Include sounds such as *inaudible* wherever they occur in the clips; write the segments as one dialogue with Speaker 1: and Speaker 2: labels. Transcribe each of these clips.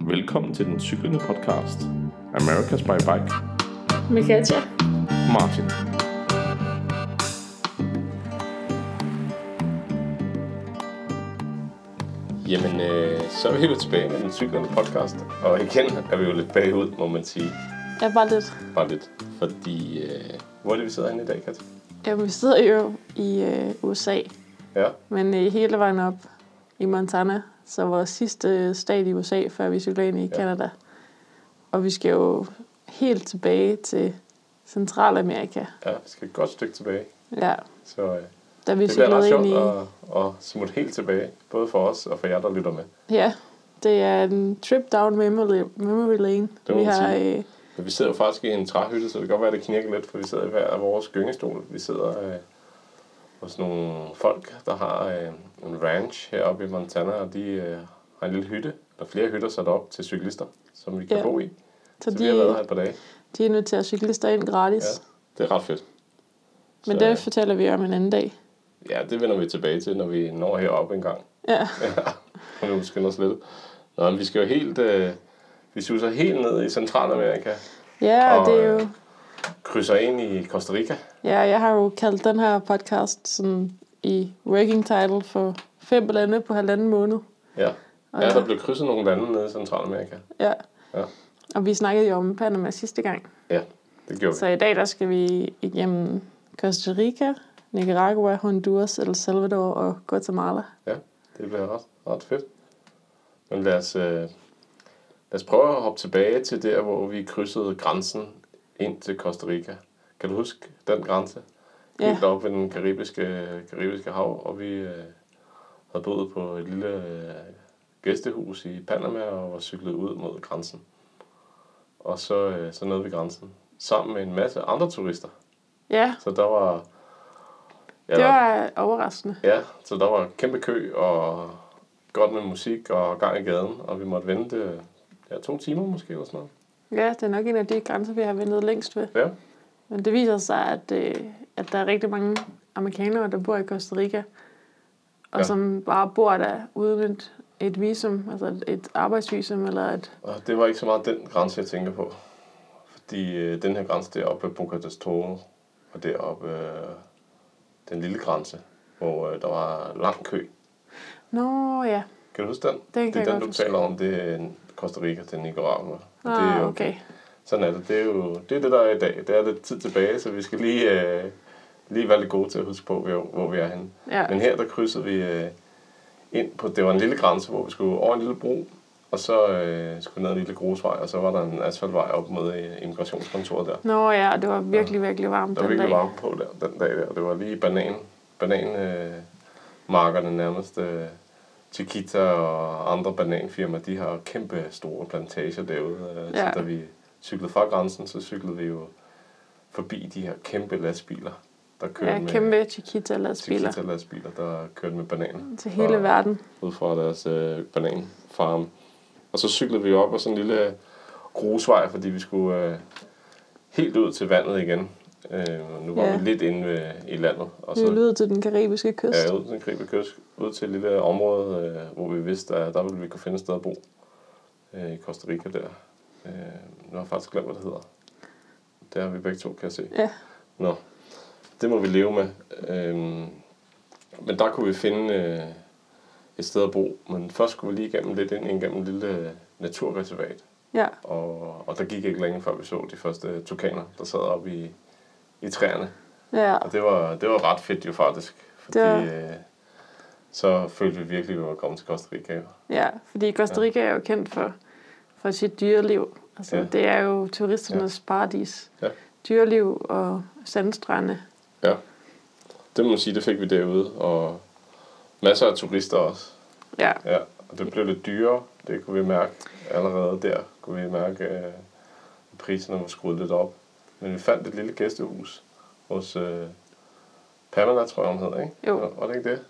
Speaker 1: Velkommen til den cyklende podcast. America's by Bike.
Speaker 2: Med Katja.
Speaker 1: Martin. Jamen, øh, så er vi jo tilbage med den cyklende podcast. Og igen er vi jo lidt bagud, må man sige.
Speaker 2: Ja, bare lidt.
Speaker 1: Bare lidt. Fordi, øh, hvor er det, vi sidder henne i dag, Katja?
Speaker 2: Jamen, vi sidder jo i øh, USA,
Speaker 1: Ja,
Speaker 2: men øh, hele vejen op i Montana, så vores sidste øh, stat i USA, før vi cykler ind i Kanada. Og vi skal jo helt tilbage til Centralamerika.
Speaker 1: ja vi skal et godt stykke tilbage.
Speaker 2: Ja,
Speaker 1: Så øh,
Speaker 2: da vi
Speaker 1: det bliver ret sjovt
Speaker 2: cyklede ind i...
Speaker 1: at, at smutte helt tilbage. Både for os og for jer, der lytter med.
Speaker 2: Ja, det er en trip down memory, memory lane.
Speaker 1: må
Speaker 2: vi
Speaker 1: man
Speaker 2: har
Speaker 1: sige.
Speaker 2: øh,
Speaker 1: Men vi sidder jo faktisk i en træhytte, så det kan godt være, at det knirker lidt, for vi sidder i hver af vores gyngestol. Vi sidder øh, hos nogle folk, der har øh, en ranch heroppe i Montana, og de øh, har en lille hytte, der flere hytter sat op til cyklister, som vi kan
Speaker 2: Ja.
Speaker 1: bo i.
Speaker 2: så
Speaker 1: Så, vi har været her
Speaker 2: de,
Speaker 1: et par dage.
Speaker 2: de er nødt til at cyklister ind gratis.
Speaker 1: Ja, det er ret fedt.
Speaker 2: Men
Speaker 1: så,
Speaker 2: det
Speaker 1: øh,
Speaker 2: fortæller vi om en anden dag.
Speaker 1: Ja, det vender vi tilbage til, når vi når heroppe en gang.
Speaker 2: Ja,
Speaker 1: *laughs* Nu må vi skynde os lidt. Nå, men vi skal jo helt... Øh, vi suser helt ned i Centralamerika,
Speaker 2: ja
Speaker 1: Og,
Speaker 2: og, det er
Speaker 1: øh,
Speaker 2: jo...
Speaker 1: krydser ind i Costa Rica.
Speaker 2: Ja, jeg har jo kaldt den her podcast sådan i working title for fem lande på halvanden måned.
Speaker 1: Ja.
Speaker 2: Og
Speaker 1: ja, der blev krydset nogle lande nede i Centralamerika.
Speaker 2: ja.
Speaker 1: Ja.
Speaker 2: Og vi snakkede jo om Panama sidste gang.
Speaker 1: Ja, det gjorde vi.
Speaker 2: Så i dag der skal vi igennem Costa Rica, Nicaragua, Honduras, El Salvador og Guatemala.
Speaker 1: Ja, det bliver ret, ret fedt. Men lad os, øh, lad os prøve at hoppe tilbage til der, hvor vi krydsede grænsen ind til Costa Rica. Kan du huske den grænse?
Speaker 2: Ja.
Speaker 1: Helt op ved den karibiske, karibiske hav, og vi øh, havde boet på et lille øh, gæstehus i Panama og var cyklet ud mod grænsen. Og så, øh, så nåede vi grænsen sammen med en masse andre turister.
Speaker 2: Ja,
Speaker 1: Så der var... Ja,
Speaker 2: det
Speaker 1: der-
Speaker 2: var overraskende.
Speaker 1: Ja, så der var kæmpe kø og godt med musik og gang i gaden, og vi måtte vente ja, to timer måske eller sådan noget.
Speaker 2: Ja, det er nok en af de grænser, vi har ventet længst ved.
Speaker 1: Ja,
Speaker 2: Men det viser sig, at, øh, at der er rigtig mange amerikanere, der bor i Costa Rica, og
Speaker 1: Ja.
Speaker 2: ja. som bare bor der uden et, et visum, altså et, et arbejdsvisum, eller et...
Speaker 1: og det var ikke så meget den grænse, jeg tænker på. Fordi øh, den her grænse deroppe ved Boca del Toro, og deroppe øh, den lille grænse, hvor øh, der var lang kø.
Speaker 2: Nå ja,
Speaker 1: Kan du huske den?
Speaker 2: kan
Speaker 1: det er
Speaker 2: jeg
Speaker 1: den,
Speaker 2: godt
Speaker 1: du
Speaker 2: huske.
Speaker 1: taler om, det er Costa Rica til Nicaragua. Og
Speaker 2: ah,
Speaker 1: det er jo-
Speaker 2: okay.
Speaker 1: Sådan er det. Det er jo det, er det der er i dag. Det er lidt tid tilbage, så vi skal lige, øh, lige være lidt gode til at huske på, hvor- hvor vi er henne.
Speaker 2: Ja.
Speaker 1: Men her der krydsede vi øh, ind på, det var en lille grænse, hvor vi skulle over en lille bro, og så øh, skulle vi ned ad en lille grusvej, og så var der en asfaltvej op mod øh, immigrationskontoret der.
Speaker 2: Nå ja, og det var virkelig, virkelig varmt
Speaker 1: Der var
Speaker 2: den
Speaker 1: virkelig
Speaker 2: dag.
Speaker 1: varme på der, den dag der, og det var lige banan, bananmarkerne øh, markerne nærmest. Øh, Chiquita og andre bananfirmaer, de har kæmpe store plantager derude. Øh, ja.
Speaker 2: Ja.
Speaker 1: Så da vi cyklede fra grænsen, så cyklede vi jo forbi de her kæmpe lastbiler, der kørte
Speaker 2: Ja,
Speaker 1: med
Speaker 2: kæmpe Chiquita-lastbiler
Speaker 1: Chiquita lastbiler, der kørte med bananer
Speaker 2: til hele
Speaker 1: Og-
Speaker 2: verden.
Speaker 1: ud fra deres øh, bananfarm. Og så cyklede vi op ad sådan en lille grusvej, fordi vi skulle øh, helt ud til vandet igen. Øh, nu var
Speaker 2: Ja.
Speaker 1: vi lidt inde ved, i landet, og
Speaker 2: Vi
Speaker 1: så
Speaker 2: lyder til den karibiske kyst.
Speaker 1: ja, ud til den gribe kyst, ud til et lille område, øh, hvor vi vidste, at der ville vi kunne finde et sted at bo øh, i Costa Rica der. Øh, nu har jeg faktisk glemt, hvad det hedder. Det har vi begge to, kan jeg se.
Speaker 2: Ja.
Speaker 1: Nå, det må vi leve med. Øhm, men der kunne vi finde øh, et sted at bo. Men først skulle vi lige igennem lidt ind igennem et lille øh, naturreservat.
Speaker 2: ja.
Speaker 1: Og, og der gik ikke længe, før vi så de første tukaner, der sad oppe i, i træerne.
Speaker 2: ja.
Speaker 1: Og det var, det var ret fedt jo faktisk. Fordi
Speaker 2: Det var-
Speaker 1: øh, så følte vi virkelig, at vi var kommet til Costa Rica.
Speaker 2: Ja, fordi Costa Rica er jo kendt for, for sit dyreliv. Altså,
Speaker 1: Ja.
Speaker 2: ja. Det er jo turisternes ja. paradis.
Speaker 1: Ja.
Speaker 2: Dyreliv og sandstrande.
Speaker 1: Ja, det må man sige, det fik vi derude. Og masser af turister også.
Speaker 2: Ja,
Speaker 1: Ja, og det blev lidt dyrere. Det kunne vi mærke allerede der. Kunne vi mærke, øh, at priserne var skruet lidt op. Men vi fandt et lille gæstehus hos øh, Pamela, tror jeg, hun hed, ikke?
Speaker 2: Jo.
Speaker 1: Var- Var det ikke det?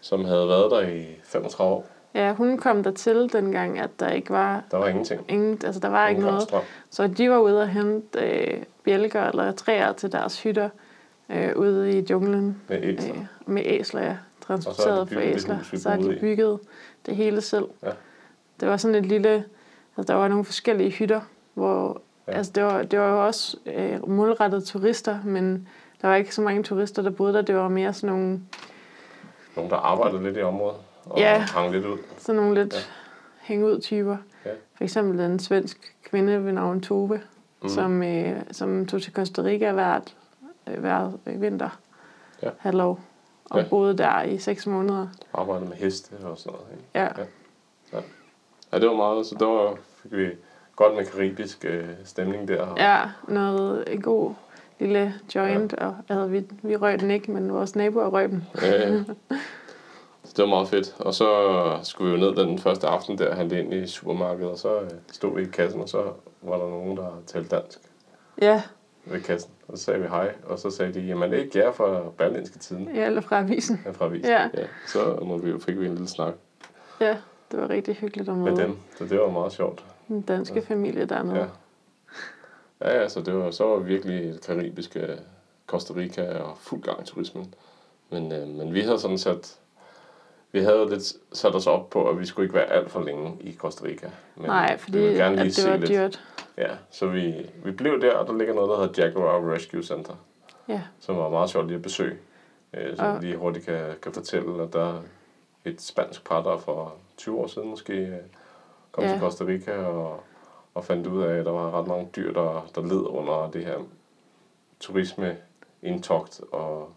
Speaker 1: Som havde været der i 35 år.
Speaker 2: ja hun kom dertil dengang, at der ikke var
Speaker 1: Der var ingenting.
Speaker 2: ingen, altså der var ikke
Speaker 1: Ingen
Speaker 2: noget.
Speaker 1: strøm.
Speaker 2: Så de var ude og hente øh, bjælker eller træer til deres hytter øh, ude i junglen.
Speaker 1: Med æsler.
Speaker 2: Øh, med æsler, ja.
Speaker 1: Og så har de
Speaker 2: Transporteret for
Speaker 1: bygget det
Speaker 2: æsler.
Speaker 1: hus, vi
Speaker 2: Så har
Speaker 1: boede
Speaker 2: de
Speaker 1: i.
Speaker 2: bygget det hele selv.
Speaker 1: Ja.
Speaker 2: Det var sådan et lille Altså, der var nogle forskellige hytter, hvor ja. altså, det, var, det var jo også øh, målrettet turister, men der var ikke så mange turister, der boede der. Det var mere sådan nogle,
Speaker 1: Nogen, der arbejdede lidt i området og
Speaker 2: Ja.
Speaker 1: hang lidt ud.
Speaker 2: sådan nogle lidt
Speaker 1: Ja.
Speaker 2: ja. hængeud-typer.
Speaker 1: Ja.
Speaker 2: For eksempel en svensk kvinde ved navn Tove, mm. som, øh, som tog til Costa Rica hvert, øh, hver vinter,
Speaker 1: Ja.
Speaker 2: halvår, og
Speaker 1: Ja.
Speaker 2: ja. boede der i seks måneder.
Speaker 1: Arbejdede med heste og sådan noget. Ikke?
Speaker 2: Ja.
Speaker 1: Ja. Ja, det var meget, så der var, fik vi godt med karibisk øh, stemning der. Og,
Speaker 2: Ja, noget en god lille joint, ja. og altså, vi, vi røg den ikke, men vores naboer røg den.
Speaker 1: Øh, så det var meget fedt. Og så skulle vi jo ned den første aften der, handle ind i supermarkedet, og så øh, stod vi i kassen, og så var der nogen, der talte dansk
Speaker 2: Ja,
Speaker 1: ved kassen. Og så sagde vi hej, og så sagde de, jamen det er ikke jer fra Berlinske Tiden,
Speaker 2: ja eller fra avisen.
Speaker 1: er fra Visen.
Speaker 2: Ja.
Speaker 1: ja. Så må vi, jo- fik vi en lille snak
Speaker 2: Ja, det var rigtig hyggeligt at
Speaker 1: med
Speaker 2: møde
Speaker 1: dem, så det var meget sjovt.
Speaker 2: den danske familie dernede.
Speaker 1: Ja. Ja, ja, så det var, så var virkelig det karibiske Costa Rica og fuld gang i turismen. Men, øh, men vi havde sådan sat, vi havde lidt sat os op på, at vi skulle ikke være alt for længe i Costa Rica. Men
Speaker 2: Nej, fordi
Speaker 1: vi ville gerne lige
Speaker 2: at det
Speaker 1: se
Speaker 2: var
Speaker 1: lidt.
Speaker 2: dyrt.
Speaker 1: Ja, så vi, vi blev der, og der ligger noget, der hedder Jaguar Rescue Center,
Speaker 2: Ja,
Speaker 1: som var meget sjovt lige at besøge. Øh, som
Speaker 2: Og-
Speaker 1: jeg lige hurtigt kan, kan fortælle, at der er et spansk par, der for 20 år siden måske øh, kom ja.
Speaker 2: Ja.
Speaker 1: til Costa Rica og, og fandt ud af, at der var ret mange dyr, der, der led under det her turismeindtogt og, og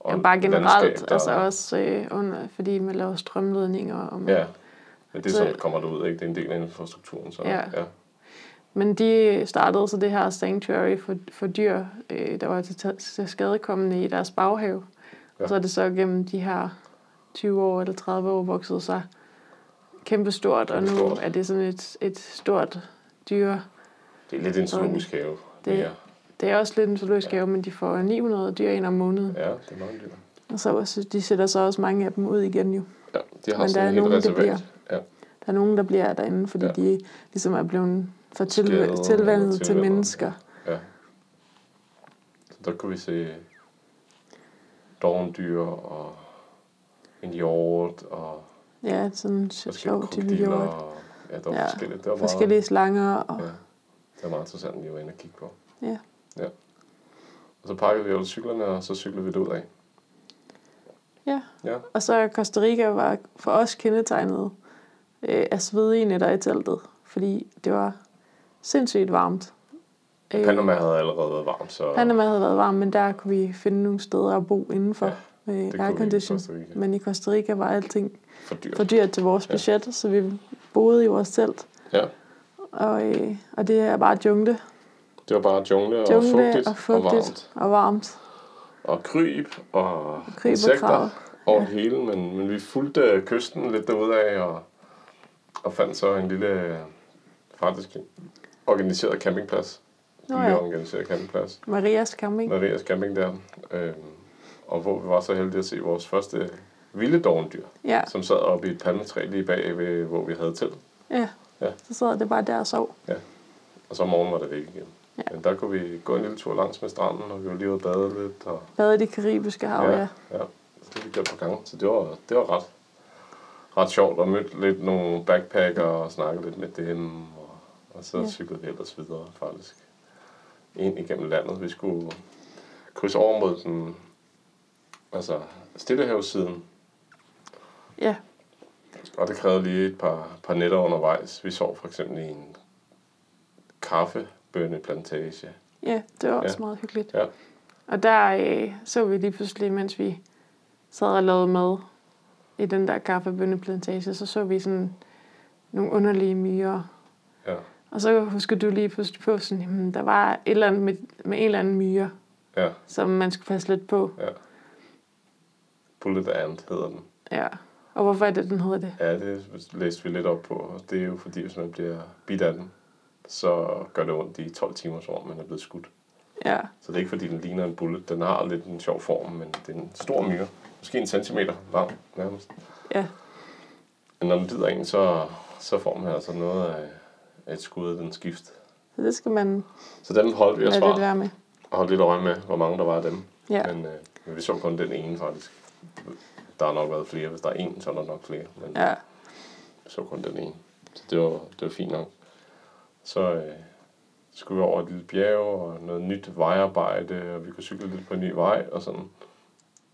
Speaker 2: og bare generelt,
Speaker 1: landskab, der-
Speaker 2: altså også øh, under, fordi man laver strømledninger. Og man,
Speaker 1: Ja, men det er
Speaker 2: Så-
Speaker 1: sådan, det kommer det ud, ikke? Det er en del af infrastrukturen, så
Speaker 2: Ja.
Speaker 1: ja.
Speaker 2: Men de startede så det her sanctuary for, for dyr, øh, der var til, til skadekommende i deres baghave.
Speaker 1: Ja.
Speaker 2: Ja. Og så er det så gennem de her 20 år eller 30 år vokset sig kæmpestort, og nu
Speaker 1: Kæmpestort.
Speaker 2: er det sådan et, et stort dyre.
Speaker 1: Det er lidt en zoologisk have.
Speaker 2: Det-
Speaker 1: mere.
Speaker 2: Det er også lidt en zoologisk have, men de får 900 dyr ind om måneden.
Speaker 1: Ja, det er mange dyr.
Speaker 2: Og så så de sætter så også mange af dem ud igen jo.
Speaker 1: Ja, de har
Speaker 2: Men der
Speaker 1: sådan
Speaker 2: er
Speaker 1: et helt
Speaker 2: nogen, der
Speaker 1: reservat. Ja.
Speaker 2: Der er nogen, der bliver derinde, fordi
Speaker 1: Ja.
Speaker 2: ja. de ligesom er blevet for
Speaker 1: Skadet
Speaker 2: tilv-
Speaker 1: eller
Speaker 2: tilvandet til
Speaker 1: tilvænnet.
Speaker 2: mennesker.
Speaker 1: Ja. Så der kunne vi se dovendyr og en hjort og
Speaker 2: Ja, sådan en sjov type
Speaker 1: krokodiller.
Speaker 2: jord.
Speaker 1: og- Ja, der var ja.
Speaker 2: Ja,
Speaker 1: forskellige. Det var
Speaker 2: Forskellige slanger. Og,
Speaker 1: Meget, ja, det var meget interessant, vi var inde og kigge på.
Speaker 2: ja.
Speaker 1: Og så pakkede vi jo cyklerne, og så cyklede vi det ud af.
Speaker 2: ja.
Speaker 1: Ja,
Speaker 2: Og så Costa Rica var for os kendetegnet øh, af svedige nætter i teltet, fordi det var sindssygt varmt. Øh,
Speaker 1: Panama havde allerede været varm, så
Speaker 2: Panama havde været varm, men der kunne vi finde nogle steder at bo indenfor
Speaker 1: Ja,
Speaker 2: ja, med
Speaker 1: kunne vi
Speaker 2: aircondition.
Speaker 1: i Costa Rica.
Speaker 2: Men i Costa Rica var alting
Speaker 1: for dyrt.
Speaker 2: for dyrt til vores budget, ja. så vi boede i vores telt.
Speaker 1: Ja,
Speaker 2: Og, øh, og det er bare jungle.
Speaker 1: det var bare jungle,
Speaker 2: Jungle
Speaker 1: og, fugtigt
Speaker 2: og fugtigt
Speaker 1: varmt.
Speaker 2: og varmt.
Speaker 1: Og kryb og
Speaker 2: Kryb og krager.
Speaker 1: over det hele, men, men vi fulgte kysten lidt derude af og, og fandt så en lille, øh, faktisk en organiseret campingplads.
Speaker 2: Nå
Speaker 1: Nå,
Speaker 2: ja.
Speaker 1: ja. organiseret campingplads.
Speaker 2: Marias camping.
Speaker 1: Marias camping der. Øhm, og hvor vi var så heldige at se vores første vilde dovendyr,
Speaker 2: Ja,
Speaker 1: som sad oppe i et palmetræ lige bag, ved, hvor vi havde til.
Speaker 2: ja.
Speaker 1: Ja.
Speaker 2: Så sad det bare der og sov.
Speaker 1: Og så om morgenen var det væk igen.
Speaker 2: Ja.
Speaker 1: Men der kunne vi gå en lille tur langs med stranden, og vi var lige ude og bade lidt. Og,
Speaker 2: Bade i det karibiske hav, ja.
Speaker 1: ja. Så det har vi gjort på gange, så det var, det var ret, ret sjovt at møde lidt nogle backpacker og snakke lidt med dem. Og, og så ja.
Speaker 2: Ja.
Speaker 1: cyklede vi ellers videre faktisk ind igennem landet. Vi skulle krydse over mod den, altså Stillehavssiden,
Speaker 2: Ja,
Speaker 1: og det krævede lige et par, par nætter undervejs. Vi sov for eksempel i en kaffebønneplantage.
Speaker 2: ja det var også
Speaker 1: Ja.
Speaker 2: ja. meget hyggeligt.
Speaker 1: Ja.
Speaker 2: Og der øh, så vi lige pludselig, mens vi sad og lavede mad i den der kaffebønneplantage, så så vi sådan nogle underlige myrer.
Speaker 1: Ja,
Speaker 2: Og så husker du lige pludselig på, sådan, jamen, der var et eller andet med, med en eller anden myre,
Speaker 1: ja,
Speaker 2: som man skulle passe lidt på.
Speaker 1: ja. Bullet Ant hedder den.
Speaker 2: Ja. Og hvorfor er det, den hedder det?
Speaker 1: Ja, det læste vi lidt op på, og det er jo fordi, hvis man bliver bidt af den, så gør det ondt i 12 timer, som om man er blevet skudt.
Speaker 2: Ja,
Speaker 1: Så det er ikke fordi, den ligner en bullet. Den har lidt en sjov form, men det er en stor myre. Måske en centimeter lang nærmest.
Speaker 2: ja.
Speaker 1: Men når den bider en, så, så får man altså noget af et skud af den skift.
Speaker 2: Så det skal man
Speaker 1: Så dem holdt vi os
Speaker 2: lade lidt
Speaker 1: fra,
Speaker 2: være med.
Speaker 1: og holdt lidt øje med, hvor mange der var af dem.
Speaker 2: Ja.
Speaker 1: Men, øh, men vi så kun den ene faktisk. Der har nok været flere. Hvis der er en, så er der nok flere. Men
Speaker 2: Ja,
Speaker 1: vi så kun den ene. Så det var, det var fint nok. Så øh, skulle vi over et lille bjerg og noget nyt vejarbejde, og vi kunne cykle lidt på en ny vej og sådan.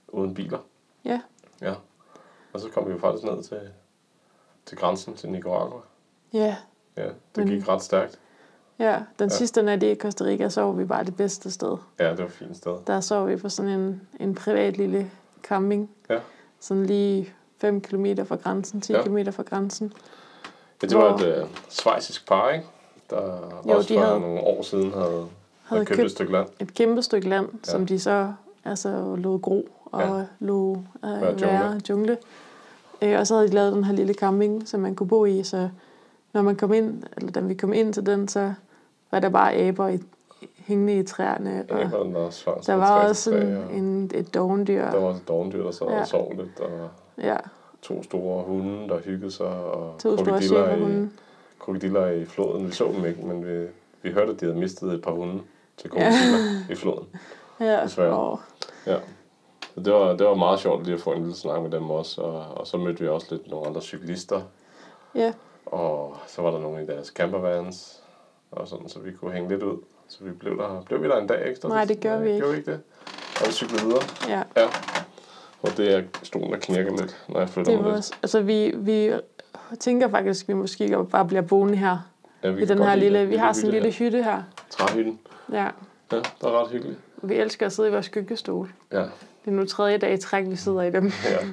Speaker 1: Uden biler.
Speaker 2: Ja.
Speaker 1: Ja. Og så kom vi jo faktisk ned til, til grænsen til Nicaragua.
Speaker 2: Ja,
Speaker 1: Ja, det
Speaker 2: Men-
Speaker 1: gik ret stærkt.
Speaker 2: ja. Den
Speaker 1: Ja.
Speaker 2: ja. sidste nat i Costa Rica sov vi bare det bedste sted.
Speaker 1: Ja, det var et fint sted.
Speaker 2: Der sov vi på sådan en, en privat lille camping.
Speaker 1: Ja.
Speaker 2: Sådan lige 5 km fra grænsen, 10
Speaker 1: Ja.
Speaker 2: ja. km fra grænsen.
Speaker 1: Ja, det var
Speaker 2: Hvor-
Speaker 1: et øh, svejsisk par, ikke? Der
Speaker 2: Jo,
Speaker 1: også
Speaker 2: de
Speaker 1: for
Speaker 2: havde-
Speaker 1: nogle år siden havde, havde
Speaker 2: Havde
Speaker 1: købt, et
Speaker 2: købt
Speaker 1: stykke land.
Speaker 2: et kæmpe stykke land, ja. som de så altså, lod gro og
Speaker 1: Ja.
Speaker 2: ja. lod øh,
Speaker 1: jungle.
Speaker 2: være, jungle. jungle. Øh, og så havde de lavet den her lille camping, som man kunne bo i, så når man kom ind, eller da vi kom ind til den, så var der bare aber i, hængende i træerne,
Speaker 1: Ja,
Speaker 2: og
Speaker 1: det var den også faktisk
Speaker 2: der
Speaker 1: en
Speaker 2: var
Speaker 1: svejsisk
Speaker 2: også
Speaker 1: træ,
Speaker 2: en,
Speaker 1: og
Speaker 2: en, et dogendyr.
Speaker 1: Der var også et dogendyr, der sad
Speaker 2: Ja.
Speaker 1: og sov lidt, og
Speaker 2: Ja,
Speaker 1: to store hunde, der hyggede sig, og
Speaker 2: to store
Speaker 1: krokodiller i,
Speaker 2: cheferhunde.
Speaker 1: krokodiller i floden. Vi så dem ikke, men vi, vi hørte, at de havde mistet et par hunde til krokodiller i floden.
Speaker 2: Ja,
Speaker 1: desværre.
Speaker 2: og,
Speaker 1: Ja. Så det var, det var meget sjovt lige at få en lille snak med dem også, og, og så mødte vi også lidt nogle andre cyklister,
Speaker 2: ja,
Speaker 1: og så var der nogle i deres campervans, og sådan, så vi kunne hænge lidt ud. Så vi blev der, blev vi der en dag ekstra?
Speaker 2: Nej, det gjorde vi ikke.
Speaker 1: Gjorde vi ikke det? Og vi cyklede videre.
Speaker 2: ja.
Speaker 1: Ja. Og det er stolen, der knirker lidt, når jeg flytter
Speaker 2: Det
Speaker 1: mig
Speaker 2: var,
Speaker 1: lidt.
Speaker 2: også- altså, vi, vi tænker faktisk, at vi måske bare bliver boende her.
Speaker 1: Ja,
Speaker 2: I
Speaker 1: kan
Speaker 2: den
Speaker 1: godt
Speaker 2: her
Speaker 1: lide
Speaker 2: lille,
Speaker 1: det.
Speaker 2: vi har sådan en lille
Speaker 1: hytte
Speaker 2: hytte her.
Speaker 1: her. Træhytten.
Speaker 2: Ja,
Speaker 1: Ja, det er ret hyggeligt.
Speaker 2: vi elsker at sidde i vores skyggestol.
Speaker 1: Ja,
Speaker 2: Det er nu tredje dag i træk, vi sidder i dem.
Speaker 1: ja.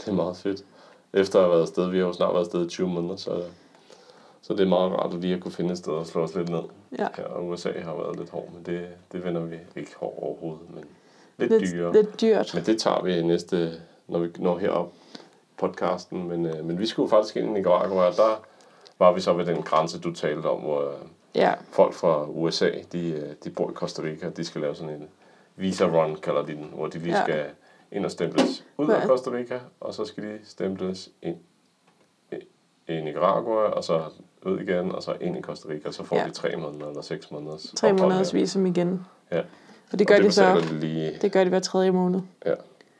Speaker 1: det er meget fedt. Efter at have været afsted, vi har jo snart været afsted i 20 måneder, så, så det er meget rart at lige at kunne finde et sted og slå os lidt ned.
Speaker 2: Ja.
Speaker 1: Ja, og USA har været lidt hård, men det, det vender vi ikke hård overhovedet, men lidt, lidt dyrere.
Speaker 2: Lidt, lidt dyrt.
Speaker 1: Men det tager vi i næste, når vi når herop podcasten. Men, øh, men vi skulle faktisk ind i Nicaragua, og der var vi så ved den grænse, du talte om, hvor øh,
Speaker 2: Ja,
Speaker 1: folk fra USA, de, øh, de bor i Costa Rica, og de skal lave sådan en visa run, kalder de den, hvor de lige
Speaker 2: Ja.
Speaker 1: skal ind og stemples ud af
Speaker 2: Hvad?
Speaker 1: Costa Rica, og så skal de stemples ind i- i Nicaragua, og så ud igen, og så ind i Costa Rica, og så får
Speaker 2: Ja.
Speaker 1: de tre måneder eller seks måneders
Speaker 2: tre
Speaker 1: ophold
Speaker 2: måneders
Speaker 1: her.
Speaker 2: visum igen.
Speaker 1: Ja.
Speaker 2: Og det
Speaker 1: Og
Speaker 2: gør de så.
Speaker 1: betaler de lige
Speaker 2: Det gør de hver tredje måned.
Speaker 1: Ja.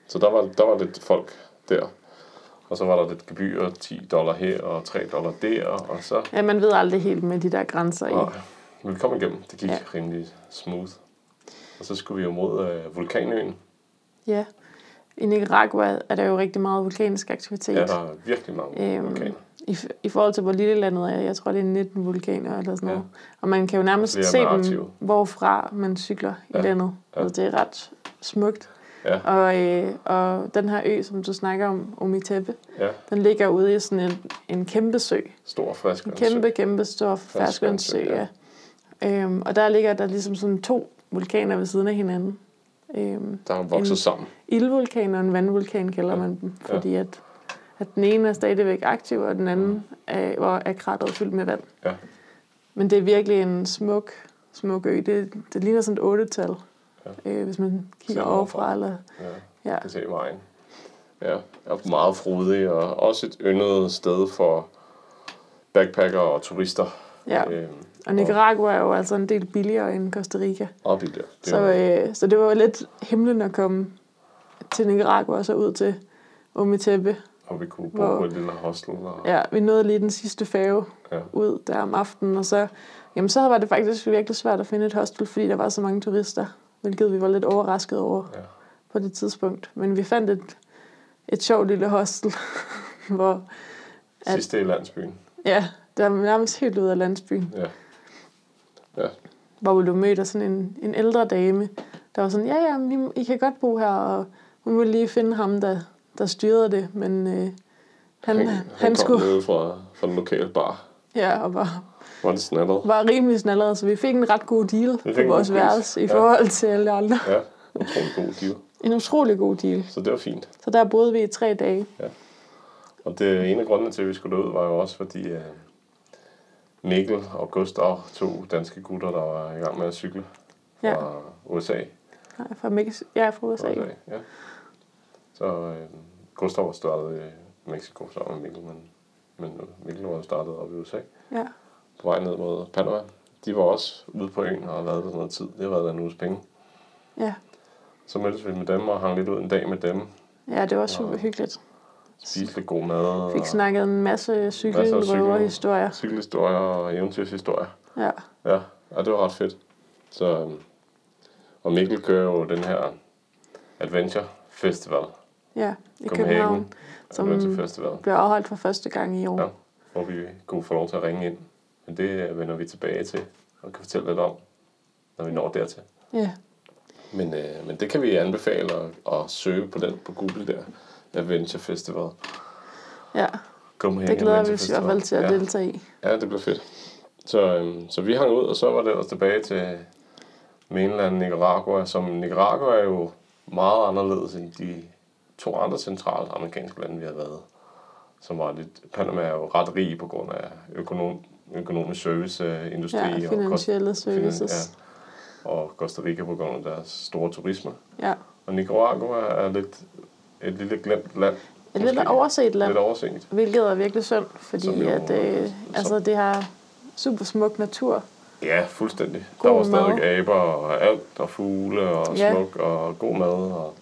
Speaker 1: Så der var, der var lidt folk der. Og så var der lidt gebyr, 10 dollar her og 3 dollar der, og så...
Speaker 2: Ja, man ved aldrig helt med de der grænser i.
Speaker 1: Og, men vi kom igennem. Det gik ja.
Speaker 2: Ja.
Speaker 1: rimelig smooth. Og så skulle vi jo mod øh, vulkanøen.
Speaker 2: Ja. I Nicaragua er der jo rigtig meget vulkansk aktivitet.
Speaker 1: Ja, der er virkelig mange øhm,
Speaker 2: Øhm,
Speaker 1: vulkaner.
Speaker 2: I, i forhold til, hvor lille landet er, jeg tror, det er 19 vulkaner eller sådan
Speaker 1: Ja.
Speaker 2: noget. Og man kan jo nærmest
Speaker 1: Flere
Speaker 2: se
Speaker 1: er meget
Speaker 2: dem,
Speaker 1: aktive.
Speaker 2: hvorfra man cykler
Speaker 1: Ja.
Speaker 2: i landet.
Speaker 1: Ja.
Speaker 2: Ja. Det er ret smukt.
Speaker 1: Ja.
Speaker 2: Og, øh, og den her ø, som du snakker om, Omitepe,
Speaker 1: Ja,
Speaker 2: den ligger ude i sådan en, en kæmpe sø.
Speaker 1: stor frisk.
Speaker 2: En kæmpe, kæmpe stor ferskvandssø, ja. Øhm, og der ligger der ligesom sådan to vulkaner ved siden af hinanden. Øhm,
Speaker 1: Der har vokset
Speaker 2: en-
Speaker 1: sammen.
Speaker 2: ildvulkan og en vandvulkan kalder
Speaker 1: Ja.
Speaker 2: man dem, fordi at, at den ene er stadigvæk aktiv, og den anden er, hvor er krateret fyldt med vand.
Speaker 1: Ja.
Speaker 2: Men det er virkelig en smuk, smuk ø. Det, det ligner sådan et otte-tal,
Speaker 1: Ja.
Speaker 2: øh, hvis man kigger
Speaker 1: Ser overfra.
Speaker 2: overfra. Eller,
Speaker 1: Ja.
Speaker 2: ja.
Speaker 1: kan se vejen. Ja, og meget frodig, og også et yndet sted for backpacker og turister.
Speaker 2: ja.
Speaker 1: Øhm,
Speaker 2: Og Nicaragua er jo altså en del billigere end Costa Rica.
Speaker 1: og billigere. Det
Speaker 2: Så,
Speaker 1: var-
Speaker 2: øh, så det var jo lidt himlen at komme til Nicaragua og så ud til Ometepe.
Speaker 1: Og vi kunne bo
Speaker 2: Hvor-
Speaker 1: på et lille hostel. Og...
Speaker 2: Ja, vi nåede lige den sidste færge
Speaker 1: Ja.
Speaker 2: ja. ud der om aftenen, og så, jamen, så var det faktisk virkelig svært at finde et hostel, fordi der var så mange turister, hvilket vi var lidt overrasket over
Speaker 1: Ja.
Speaker 2: ja. på det tidspunkt. Men vi fandt et, et sjovt lille hostel, *laughs* hvor at-
Speaker 1: Sidste i landsbyen.
Speaker 2: ja, der var nærmest helt ude af landsbyen,
Speaker 1: Ja. Ja,
Speaker 2: hvor vi blev mødt af sådan en, en ældre dame, der var sådan, ja, ja, men I, I kan godt bo her, og hun ville lige finde ham, der, der styrede det, men øh, han, han, han,
Speaker 1: han kom
Speaker 2: skulle,
Speaker 1: nede fra, fra den lokale bar.
Speaker 2: ja, og var,
Speaker 1: Var det snallet?
Speaker 2: var rimelig snallerede, så vi fik en ret god deal
Speaker 1: fik
Speaker 2: på
Speaker 1: en
Speaker 2: vores
Speaker 1: god pris.
Speaker 2: værelse i
Speaker 1: Ja.
Speaker 2: forhold til alle andre.
Speaker 1: Ja, utrolig god deal.
Speaker 2: En utrolig god deal.
Speaker 1: Så det var fint.
Speaker 2: Så der boede vi i tre dage.
Speaker 1: Og det ene af grundene til, at vi skulle derud, var jo også fordi øh, Mikkel og Gustav, to danske gutter, der var i gang med at cykle fra
Speaker 2: Ja,
Speaker 1: USA.
Speaker 2: Nej, fra, Mex- ja, fra USA.
Speaker 1: USA ja. Så øh, Gustav var startet i Mexico sammen med Mikkel, men, men Mikkel var jo startet op i USA.
Speaker 2: Ja.
Speaker 1: på vej ned mod Panama. De var også ude på øen og har været der noget tid. Det har været der en uges penge.
Speaker 2: Ja.
Speaker 1: Så mødtes vi med dem og hang lidt ud en dag med dem.
Speaker 2: ja, det var super
Speaker 1: Nå.
Speaker 2: hyggeligt.
Speaker 1: spise lidt god mad.
Speaker 2: Fik
Speaker 1: og
Speaker 2: snakket en masse cykelrøverhistorier.
Speaker 1: cykelhistorier og eventyrshistorier.
Speaker 2: Ja.
Speaker 1: Ja, og det var ret fedt. Så, øhm, og Mikkel kører jo den her Adventure Festival.
Speaker 2: ja, i
Speaker 1: Copenhagen
Speaker 2: København, som
Speaker 1: Adventure Festival,
Speaker 2: blev afholdt for første gang i år.
Speaker 1: Ja. hvor vi kunne få lov til at ringe ind. Men det øh, vender vi tilbage til og kan fortælle lidt om, når vi når dertil.
Speaker 2: ja.
Speaker 1: Men, øh, men det kan vi anbefale at, at søge på den på Google der. Adventure Festival.
Speaker 2: ja.
Speaker 1: Kom her.
Speaker 2: det glæder vi os i hvert fald til at
Speaker 1: ja.
Speaker 2: deltage i.
Speaker 1: Ja, det blev fedt. Så, øhm, så vi hang ud, og så var det ellers tilbage til mainland Nicaragua, som Nicaragua er jo meget anderledes end de to andre centrale amerikanske lande, vi har været. Som var lidt, Panama er jo ret rig på grund af økonom, økonomisk service, øh, industri
Speaker 2: Ja,
Speaker 1: Costa-
Speaker 2: finansielle
Speaker 1: finan-
Speaker 2: services.
Speaker 1: ja, og Costa Rica på grund af deres store turisme.
Speaker 2: Ja.
Speaker 1: Og Nicaragua er lidt et lille glemt land.
Speaker 2: Et lidt
Speaker 1: Måske.
Speaker 2: overset land,
Speaker 1: Lidt overset.
Speaker 2: hvilket er virkelig synd, fordi
Speaker 1: Som jo,
Speaker 2: at, øh,
Speaker 1: som-
Speaker 2: altså, det har super smuk natur.
Speaker 1: Ja, fuldstændig.
Speaker 2: God
Speaker 1: der var
Speaker 2: mad.
Speaker 1: stadig aber og alt, og fugle og
Speaker 2: Ja.
Speaker 1: smuk og god mad og,
Speaker 2: Og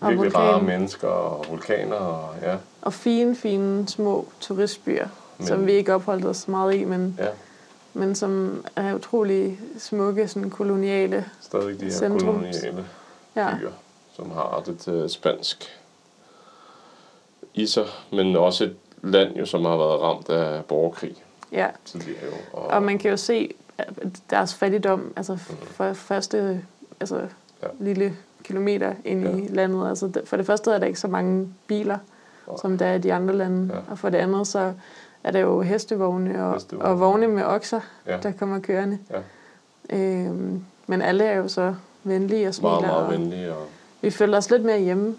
Speaker 1: virkelig
Speaker 2: vulkan.
Speaker 1: rare mennesker og vulkaner og ja,
Speaker 2: Og fine, fine små turistbyer,
Speaker 1: Men-
Speaker 2: men. som vi ikke opholdt os meget i, men,
Speaker 1: ja
Speaker 2: men som er utrolig smukke, sådan koloniale.
Speaker 1: stadig de her
Speaker 2: Centrums-
Speaker 1: koloniale
Speaker 2: Ja,
Speaker 1: byer, som har et øh, spansk i sig, men også et land jo, som har været ramt af borgerkrig
Speaker 2: ja.
Speaker 1: tidligere jo.
Speaker 2: Og man kan jo se at deres fattigdom, altså for første altså,
Speaker 1: Ja.
Speaker 2: ja. lille kilometer ind ja. i landet. Altså, d- for det første er der ikke så mange biler,
Speaker 1: Nej.
Speaker 2: som der er i de andre lande.
Speaker 1: Ja.
Speaker 2: Ja. Og for det andet, så er der jo hestevogne og,
Speaker 1: Hestevogne.
Speaker 2: og vogne med okser,
Speaker 1: Ja.
Speaker 2: ja. der kommer kørende.
Speaker 1: Ja.
Speaker 2: Øhm, men alle er jo så venlige og smiler.
Speaker 1: meget, meget
Speaker 2: og
Speaker 1: venlige. Og,
Speaker 2: Vi føler os lidt mere hjemme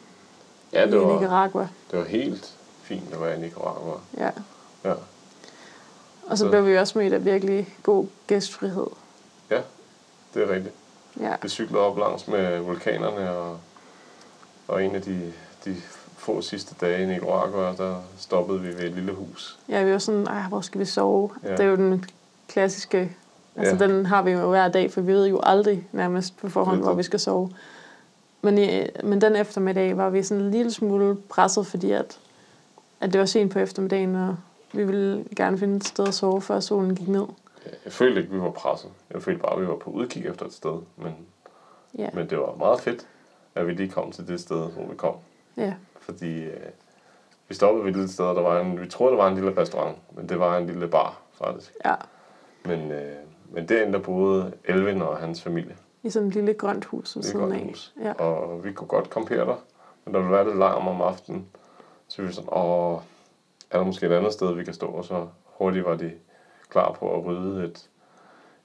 Speaker 1: ja,
Speaker 2: i
Speaker 1: det var,
Speaker 2: Nicaragua.
Speaker 1: det var helt fint at være i Nicaragua.
Speaker 2: Ja.
Speaker 1: Ja,
Speaker 2: Og så,
Speaker 1: Så-
Speaker 2: så blev vi også mødt af virkelig god gæstfrihed.
Speaker 1: ja det er rigtigt.
Speaker 2: Ja.
Speaker 1: Vi cyklede op langs med vulkanerne, og, og en af de, de få sidste dage i Nicaragua, der stoppede vi ved et lille hus.
Speaker 2: Ja, vi var sådan, Ej, hvor skal vi sove?
Speaker 1: Ja.
Speaker 2: Ja. Det er jo den klassiske, altså
Speaker 1: Ja.
Speaker 2: ja. den har vi jo hver dag, for vi ved jo aldrig nærmest på forhånd,
Speaker 1: Ved
Speaker 2: hvor
Speaker 1: det.
Speaker 2: vi skal sove. Men, i, men den eftermiddag var vi sådan en lille smule presset, fordi at, at det var sent på eftermiddagen, og vi ville gerne finde et sted at sove, før solen gik ned.
Speaker 1: Jeg følte ikke, vi var presset. Jeg følte bare, at vi var på udkig efter et sted. Men,
Speaker 2: Ja,
Speaker 1: men det var meget fedt, at vi lige kom til det sted, hvor vi kom.
Speaker 2: ja,
Speaker 1: Fordi øh, vi stoppede ved et lille sted, og der var en, vi troede, der var en lille restaurant, men det var en lille bar, faktisk.
Speaker 2: ja.
Speaker 1: Men, øh, men derinde, der boede Elvin og hans familie.
Speaker 2: I sådan et lille grønt hus ved
Speaker 1: Det er
Speaker 2: siden
Speaker 1: godt
Speaker 2: af.
Speaker 1: hus.
Speaker 2: Ja.
Speaker 1: Og vi kunne godt kampere der, men der ville være lidt larm om aftenen. Så vi var sådan, åh, er der måske et andet sted, vi kan stå? Og så hurtigt var de klar på at rydde et,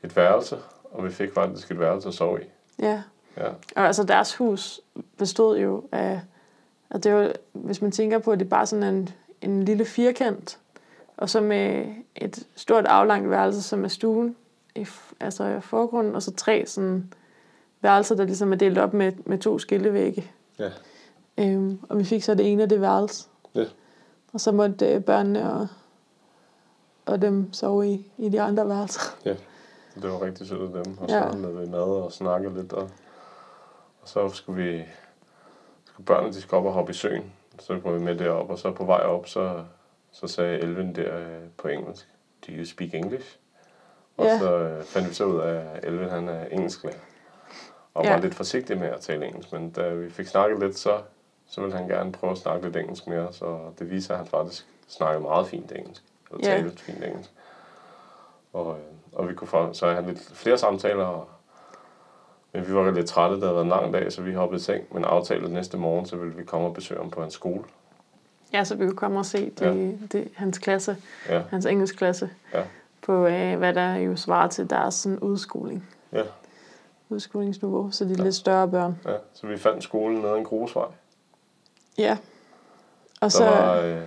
Speaker 1: et værelse, og vi fik faktisk et værelse at sove i.
Speaker 2: ja.
Speaker 1: Ja,
Speaker 2: Og altså deres hus bestod jo af, og det var, hvis man tænker på, at det er bare sådan en, en lille firkant, og så med et stort aflangt værelse, som er stuen, i, f- altså i forgrunden, og så tre sådan værelser, der ligesom er delt op med, med to skillevægge.
Speaker 1: ja.
Speaker 2: Øhm, og vi fik så det ene af det værelse.
Speaker 1: Ja.
Speaker 2: Og så måtte øh, børnene og, og dem sove i, i de andre værelser.
Speaker 1: Så det var rigtig sødt af dem. Og
Speaker 2: Ja.
Speaker 1: så lavede vi mad og snakkede lidt, og, og så skulle vi skulle børnene de skulle op og hoppe i søen. Så var vi med derop, og så på vej op, så, så sagde Elvin der øh, på engelsk, Do you speak English? Og
Speaker 2: Ja.
Speaker 1: så øh, fandt vi så ud af, at Elvin han er engelsklærer. Og
Speaker 2: Ja.
Speaker 1: var lidt forsigtig med at tale engelsk, men da vi fik snakket lidt, så, så ville han gerne prøve at snakke lidt engelsk med os, og det viser, at han faktisk snakkede meget fint engelsk, eller
Speaker 2: Ja.
Speaker 1: talte fint engelsk. Og, øh, og vi kunne få, så havde han lidt flere samtaler, og, men vi var lidt trætte, det havde været en lang dag, så vi hoppede i seng, men aftalte næste morgen, så ville vi komme og besøge ham på hans skole.
Speaker 2: Ja, så vi kunne komme og se det, ja. det, hans klasse.
Speaker 1: Ja,
Speaker 2: hans engelskklasse,
Speaker 1: Ja.
Speaker 2: på øh, hvad der jo svarer til deres sådan, udskoling,
Speaker 1: ja,
Speaker 2: udskolingsniveau, så de er
Speaker 1: Ja.
Speaker 2: lidt større børn.
Speaker 1: ja. Så vi fandt skolen nede ad en grusvej.
Speaker 2: Ja. Og
Speaker 1: Der
Speaker 2: så,
Speaker 1: var øh,